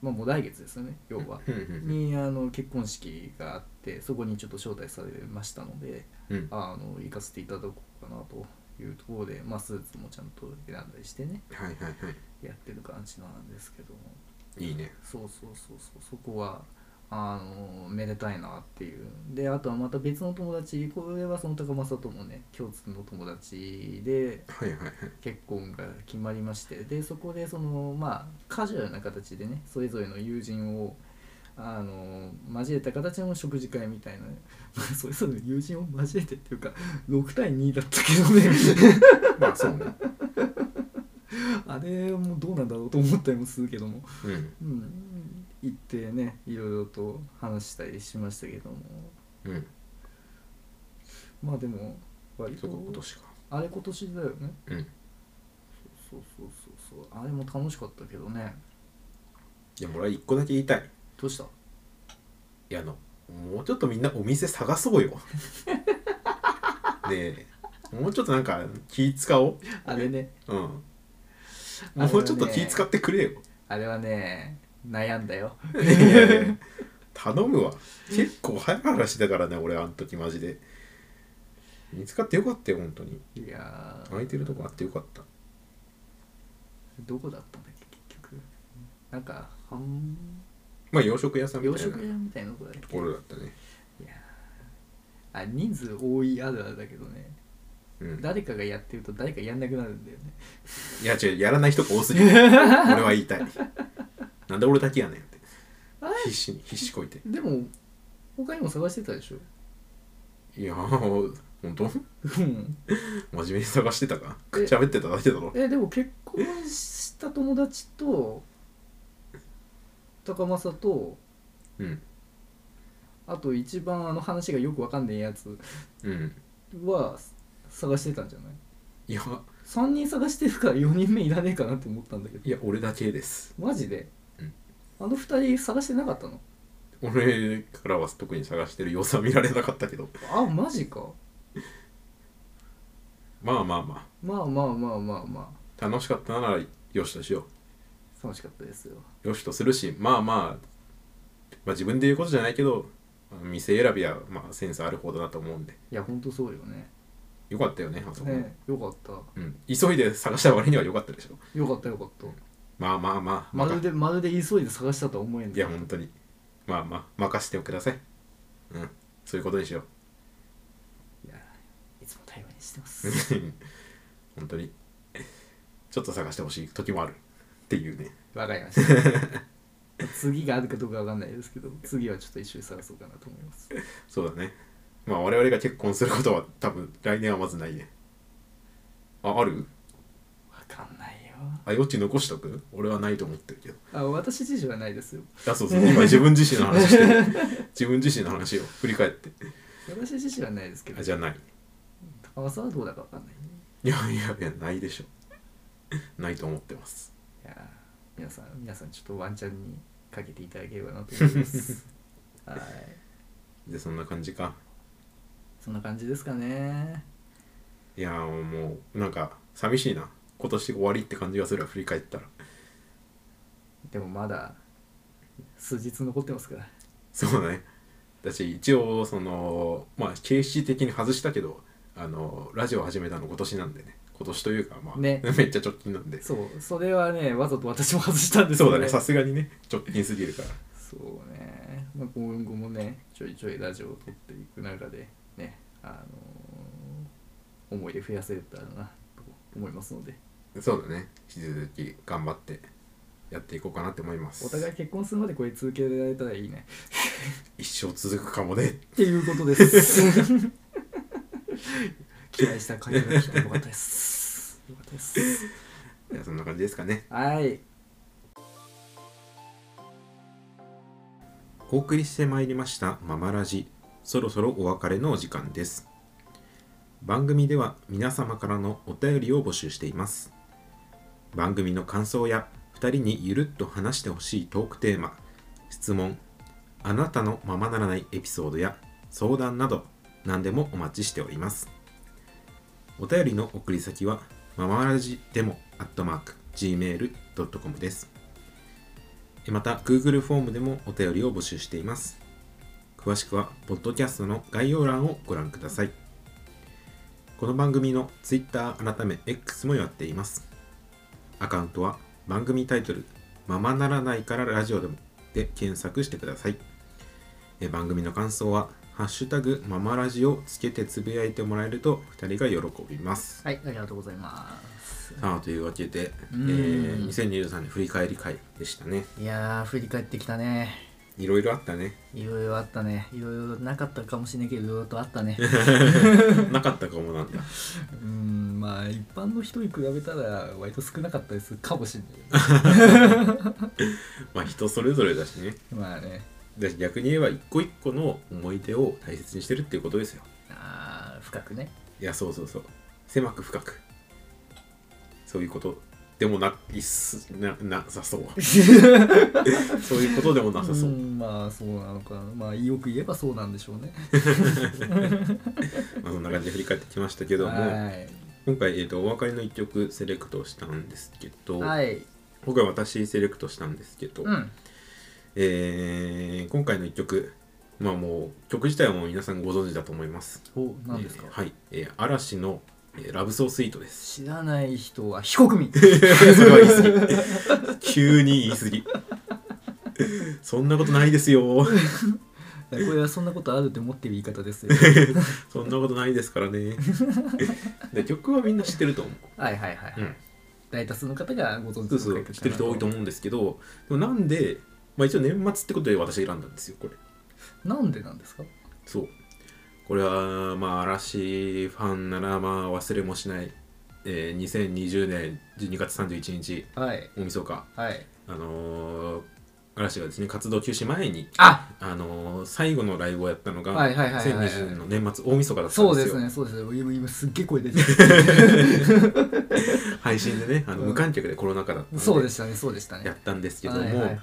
[SPEAKER 2] まあもう来月ですよね要は、
[SPEAKER 1] うんうん
[SPEAKER 2] にあの結婚式があってそこにちょっと招待されましたので
[SPEAKER 1] うん
[SPEAKER 2] あの行かせていただこうかなというところで、まあ、スーツもちゃんと選んだりしてね
[SPEAKER 1] はいはいは
[SPEAKER 2] やってる感じなんですけども
[SPEAKER 1] いいいね
[SPEAKER 2] そうそうそうそうそこはあのめでたいなっていうであとはまた別の友達これはその高政ともね共通の友達で
[SPEAKER 1] はいはいはい
[SPEAKER 2] 結婚が決まりましてでそこでそのまあカジュアルな形でねそれぞれの友人をあの交えた形の食事会みたいな、 それぞれの友人を交えてっていうか6対2だったけどね
[SPEAKER 1] まあそうね
[SPEAKER 2] あれもどうなんだろうと思ったりもするけども
[SPEAKER 1] うん
[SPEAKER 2] うん、行ってねいろいろと話したりしましたけども
[SPEAKER 1] うん
[SPEAKER 2] まあでも割
[SPEAKER 1] そ
[SPEAKER 2] と
[SPEAKER 1] こ今年か
[SPEAKER 2] あれ今年だよね
[SPEAKER 1] うん
[SPEAKER 2] そうそうそうそうあれも楽しかったけどね
[SPEAKER 1] でも俺は一個だけ言いたい
[SPEAKER 2] どうした
[SPEAKER 1] いやあのもうちょっとみんなお店探そうよねえもうちょっとなんか気使おう
[SPEAKER 2] あれね
[SPEAKER 1] うん
[SPEAKER 2] あのね
[SPEAKER 1] もうちょっと気使ってくれよ、
[SPEAKER 2] あれはね悩ん だよ
[SPEAKER 1] ねえ 頼むわ結構早い話だからね俺あの時マジで見つかってよかったよ本当に
[SPEAKER 2] いやー
[SPEAKER 1] 空いてるとこあってよかった
[SPEAKER 2] どこだったんだっけ結局なんか半
[SPEAKER 1] まあ洋食屋さんみ
[SPEAKER 2] 洋
[SPEAKER 1] たいな
[SPEAKER 2] 食屋みたいなとこだっ
[SPEAKER 1] と
[SPEAKER 2] け
[SPEAKER 1] ころだったね
[SPEAKER 2] いやーあ人数多いあるあるだけどね
[SPEAKER 1] うん
[SPEAKER 2] 誰かがやってると誰かやんなくなるんだよね
[SPEAKER 1] いや違うやらない人が多 すぎる俺は言いたいなんで俺だけやねんって
[SPEAKER 2] あれ
[SPEAKER 1] 必死に必死こいて
[SPEAKER 2] でも他にも探してたでしょ
[SPEAKER 1] いやー本当
[SPEAKER 2] うん
[SPEAKER 1] 真面目に探してたか
[SPEAKER 2] え
[SPEAKER 1] 喋ってただけだろ
[SPEAKER 2] えでも結婚した友達と高政と
[SPEAKER 1] うん
[SPEAKER 2] あと一番あの話がよくわかんねえやつ
[SPEAKER 1] うん
[SPEAKER 2] は探してたんじゃない
[SPEAKER 1] いや
[SPEAKER 2] ?3 人探してるから4人目いらねえかなって思ったんだけど
[SPEAKER 1] いや俺だけです
[SPEAKER 2] マジで、
[SPEAKER 1] うん
[SPEAKER 2] あの2人探してなかったの
[SPEAKER 1] 俺からは特に探してる様子は見られなかったけど
[SPEAKER 2] あマジか
[SPEAKER 1] まあまあま
[SPEAKER 2] まあまあまあまあまあ
[SPEAKER 1] あ楽しかったならよしとしよ
[SPEAKER 2] 楽しかったですよ
[SPEAKER 1] うよしとするしまあまあまあ自分で言うことじゃないけどあの店選びはまあセンスある方だなと思うんで
[SPEAKER 2] いやほんとそうよね
[SPEAKER 1] よかったよねあそこも、
[SPEAKER 2] ねよかった
[SPEAKER 1] うん、急いで探した割には良かったでしょ
[SPEAKER 2] よかったよかった
[SPEAKER 1] まあまあまあ
[SPEAKER 2] まる
[SPEAKER 1] 任
[SPEAKER 2] でまるで急いで探したとは思えん
[SPEAKER 1] いや本当にまあまあ任せてくださいうんそういうことにしよう
[SPEAKER 2] いやいつも対話にしてます
[SPEAKER 1] 本当にちょっと探してほしい時もあるっていうね
[SPEAKER 2] わかりました 次があるかどうかわかんないですけど次はちょっと一緒に探そうかなと思います
[SPEAKER 1] そうだねまあ我々が結婚することは多分来年はまずないねあある
[SPEAKER 2] わかんないよ
[SPEAKER 1] あ余地残しとく俺はないと思ってるけど
[SPEAKER 2] あ私自身はないですよ
[SPEAKER 1] あそうそう今自分自身の話してる自分自身の話を振り返って
[SPEAKER 2] 私自身はないですけど
[SPEAKER 1] あじゃあない
[SPEAKER 2] 高松はどうだかわかんないね
[SPEAKER 1] いやいやいやないでしょないと思ってます
[SPEAKER 2] いや皆さん皆さんちょっとワンチャンにかけていただければなと思います はい
[SPEAKER 1] でそんな感じか
[SPEAKER 2] そんな感じですかね
[SPEAKER 1] いやーもうなんか寂しいな今年終わりって感じがするわ振り返ったら
[SPEAKER 2] でもまだ数日残ってますから
[SPEAKER 1] そうだね私一応そのまあ形式的に外したけどあのラジオ始めたの今年なんでね今年というかまあ、
[SPEAKER 2] ね
[SPEAKER 1] めっちゃ直近なんで
[SPEAKER 2] そうそれはねわざと私も外したんです
[SPEAKER 1] そ
[SPEAKER 2] よ
[SPEAKER 1] うだねさすがにね直近すぎるから
[SPEAKER 2] そうね、まあ、今後もねちょいちょいラジオを撮っていく中でねあのー思い出増やせたらなと思いますので
[SPEAKER 1] そうだね引き続き頑張ってやっていこうかなって思います
[SPEAKER 2] お互い結婚するまでこれ続けられたらいいね
[SPEAKER 1] 一生続くかもね
[SPEAKER 2] っていうことです 期待した回答が来てよかったですよかったです
[SPEAKER 1] いやそんな感じですかね
[SPEAKER 2] はい
[SPEAKER 1] お送りしてまいりましたママラジそろそろお別れのお時間です番組では皆様からのお便りを募集しています番組の感想や2人にゆるっと話してほしいトークテーマ質問あなたのままならないエピソードや相談など何でもお待ちしておりますお便りの送り先はママラジでもアットマーク gmail.com ですまた Google フォームでもお便りを募集しています詳しくはポッドキャストの概要欄をご覧くださいこの番組の Twitter 改め X もやっていますアカウントは番組タイトル「ままならないからラジオでも」で検索してくださいえ番組の感想は「ハッシュタグママラジ」をつけてつぶやいてもらえると2人が喜びます
[SPEAKER 2] はいありがとうございます
[SPEAKER 1] さあというわけで、え
[SPEAKER 2] うん
[SPEAKER 1] ー、2023年振り返り会でしたね
[SPEAKER 2] いやー振り返ってきたね
[SPEAKER 1] いろいろあったね
[SPEAKER 2] いろいろあったねいろいろなかったかもしれないけどいろいろとあったね
[SPEAKER 1] なかったかもなんだ。
[SPEAKER 2] うんまあ一般の人に比べたら割と少なかったですかもしれない
[SPEAKER 1] まあ人それぞれだしね。
[SPEAKER 2] ま あね
[SPEAKER 1] だし逆に言えば一個一個の思い出を大切にしてるっていうことですよ。
[SPEAKER 2] あー深くね
[SPEAKER 1] いやそうそうそう。狭く深く。そういうことでもないっすななさそう そういうことでもなさそう、
[SPEAKER 2] んまあそうなのかなまあよく言えばそうなんでしょうね
[SPEAKER 1] まあ、そんな感じで振り返ってきましたけども
[SPEAKER 2] は
[SPEAKER 1] 今回、えー、とお別れの1曲セレクトしたんですけど、
[SPEAKER 2] いはい
[SPEAKER 1] 今回私セレクトしたんですけど、
[SPEAKER 2] うん
[SPEAKER 1] えー今回の1曲まあもう曲自体はもう皆さんご存知だと思います
[SPEAKER 2] お何ですか
[SPEAKER 1] えーはい、えー嵐の、えーラブソースイートです
[SPEAKER 2] 知らない人は非国民
[SPEAKER 1] それは言い過ぎ 急に言い過ぎ そんなことないですよ
[SPEAKER 2] これはそんなことあるって思ってる言い 方ですよ
[SPEAKER 1] そんなことないですからね で曲はみんな知ってると思
[SPEAKER 2] はいはいはい、
[SPEAKER 1] う、うん、
[SPEAKER 2] 大多数の方がご存
[SPEAKER 1] そう
[SPEAKER 2] 知
[SPEAKER 1] そう知ってる人多いと
[SPEAKER 2] 思
[SPEAKER 1] 思うんですけどでもなんで、まあ、一応年末ってことで私選んだんですよこれ
[SPEAKER 2] うなんでなんですか
[SPEAKER 1] そうこれはまあ嵐ファンならまあ忘れもしない、えー2020年12月31日
[SPEAKER 2] はい
[SPEAKER 1] 大晦日
[SPEAKER 2] はい
[SPEAKER 1] あのー嵐がですね活動休止前に、
[SPEAKER 2] あ
[SPEAKER 1] あのー最後のライブをやったのが
[SPEAKER 2] はいはいはいはい
[SPEAKER 1] 2020年の年末大晦日だったん
[SPEAKER 2] そう
[SPEAKER 1] です
[SPEAKER 2] で
[SPEAKER 1] よ
[SPEAKER 2] すねそうですね今今すっげえ声出て る
[SPEAKER 1] 配信でねあの
[SPEAKER 2] うん
[SPEAKER 1] 無観客でコロナ禍だったので,、
[SPEAKER 2] そうでしたねそうでしたね
[SPEAKER 1] やったんですけども、
[SPEAKER 2] はいはいはいはい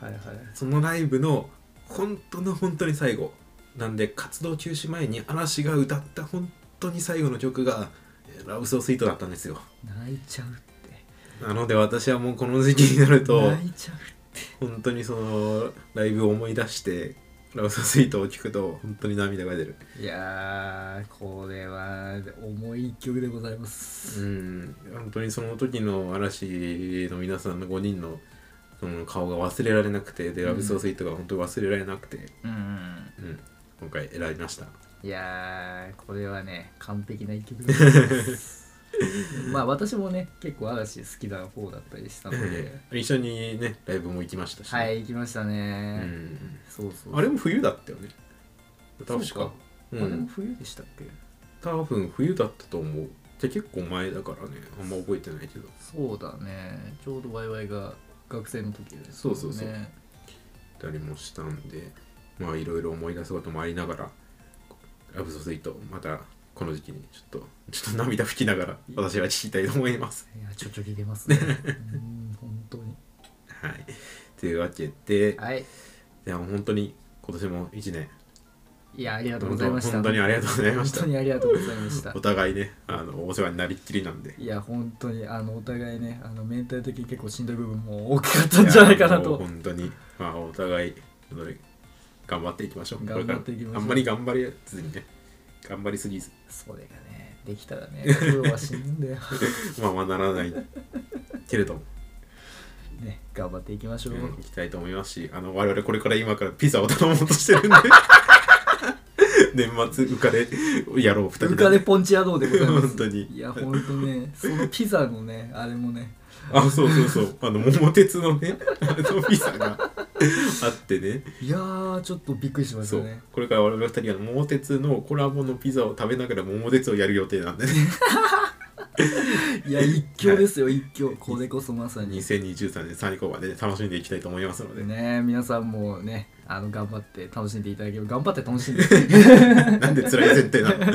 [SPEAKER 1] そのライブの本当の本当に最後なんで活動休止前に嵐が歌った本当に最後の曲が「えーラブソースイートだったんですよ
[SPEAKER 2] 泣いちゃうって
[SPEAKER 1] なので私はもうこの時期になると
[SPEAKER 2] 泣いちゃう
[SPEAKER 1] 本当にそのライブを思い出して「ラブソースイートを聴くと本当に涙が出る
[SPEAKER 2] いやーこれは重い一曲でございます、
[SPEAKER 1] うん本当にその時の嵐の皆さんの5人のその顔が忘れられなくてで「ラブソースイートが本当に忘れられなくて、
[SPEAKER 2] うん、
[SPEAKER 1] うん、今回選びました
[SPEAKER 2] いやーこれはね完璧な一曲でございます まあ私もね結構嵐好きな方だったりしたので
[SPEAKER 1] ええ一緒にねライブも行きましたし、
[SPEAKER 2] はい行きました
[SPEAKER 1] う
[SPEAKER 2] ね、
[SPEAKER 1] ん、
[SPEAKER 2] そうそう
[SPEAKER 1] あれも冬だったよね確
[SPEAKER 2] そう
[SPEAKER 1] か
[SPEAKER 2] か
[SPEAKER 1] う
[SPEAKER 2] あれも
[SPEAKER 1] ん
[SPEAKER 2] 冬でしたっけ
[SPEAKER 1] 多分冬だったと思うじゃあ結構前だからねあんま覚えてないけど
[SPEAKER 2] そうだねちょうどワイワイが学生の時です
[SPEAKER 1] そうそうそう行ったりもしたんでまあいろいろ思い出すこともありながらラブソスイートまたこの時期にちょっとちょっと涙拭きながら私は聞きたいと思います
[SPEAKER 2] いやちょちょぎ出ます ねうん本当に
[SPEAKER 1] はいというわけで
[SPEAKER 2] はい
[SPEAKER 1] いや本当に今年も1年
[SPEAKER 2] いやありがとうご
[SPEAKER 1] 本
[SPEAKER 2] ざい
[SPEAKER 1] 当
[SPEAKER 2] ました
[SPEAKER 1] 本当にありがとうございまし
[SPEAKER 2] 本
[SPEAKER 1] た
[SPEAKER 2] 当にありがとうござい ました
[SPEAKER 1] お互いねあのお世話になりっきりなんで
[SPEAKER 2] いや本当にあのお互いねあのメンタル的に結構しんどい部分も大きかったんじゃないかない
[SPEAKER 1] やもう
[SPEAKER 2] と
[SPEAKER 1] 本当に、まあ、お互いそれ頑張っていきましょう
[SPEAKER 2] 頑張っていきまし
[SPEAKER 1] これ
[SPEAKER 2] ょう
[SPEAKER 1] からあんまり頑張りずにね頑張りすぎ ず
[SPEAKER 2] それがねできたら ねプロは死ぬんだよ
[SPEAKER 1] まあまあならないけれども、
[SPEAKER 2] ね頑張っていきましょ
[SPEAKER 1] う
[SPEAKER 2] う、
[SPEAKER 1] ん、いきたいと思いますしあの我々これから今からピザを頼もうとして るんで年末浮かれやろう2人で
[SPEAKER 2] 浮かれポンチ野郎でございます
[SPEAKER 1] 本当に
[SPEAKER 2] いや本当ねそのピザのねあれもね
[SPEAKER 1] あそうそうそうあの桃鉄のねあのピザがあってね
[SPEAKER 2] いやーちょっとびっくりしました
[SPEAKER 1] そう
[SPEAKER 2] ね
[SPEAKER 1] これから我々2人が桃鉄のコラボのピザを食べながら桃鉄をやる予定なんでね
[SPEAKER 2] いや一興ですよ一興これこそまさに
[SPEAKER 1] 2023年最後までね楽しんでいきたいと思いますので、
[SPEAKER 2] ね皆さんもねあの頑張って楽しんでいただければ頑張って楽しんで
[SPEAKER 1] なんで辛い前提な の
[SPEAKER 2] ね、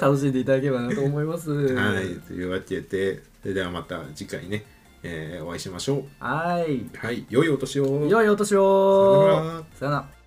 [SPEAKER 2] 楽しんでいただければなと思います。
[SPEAKER 1] はい、というわけで、それではまた次回ね、えーお会いしましょ
[SPEAKER 2] はーい。
[SPEAKER 1] う。はい、良いお年を。
[SPEAKER 2] 良いお年
[SPEAKER 1] さよな
[SPEAKER 2] を
[SPEAKER 1] ら
[SPEAKER 2] さよなら。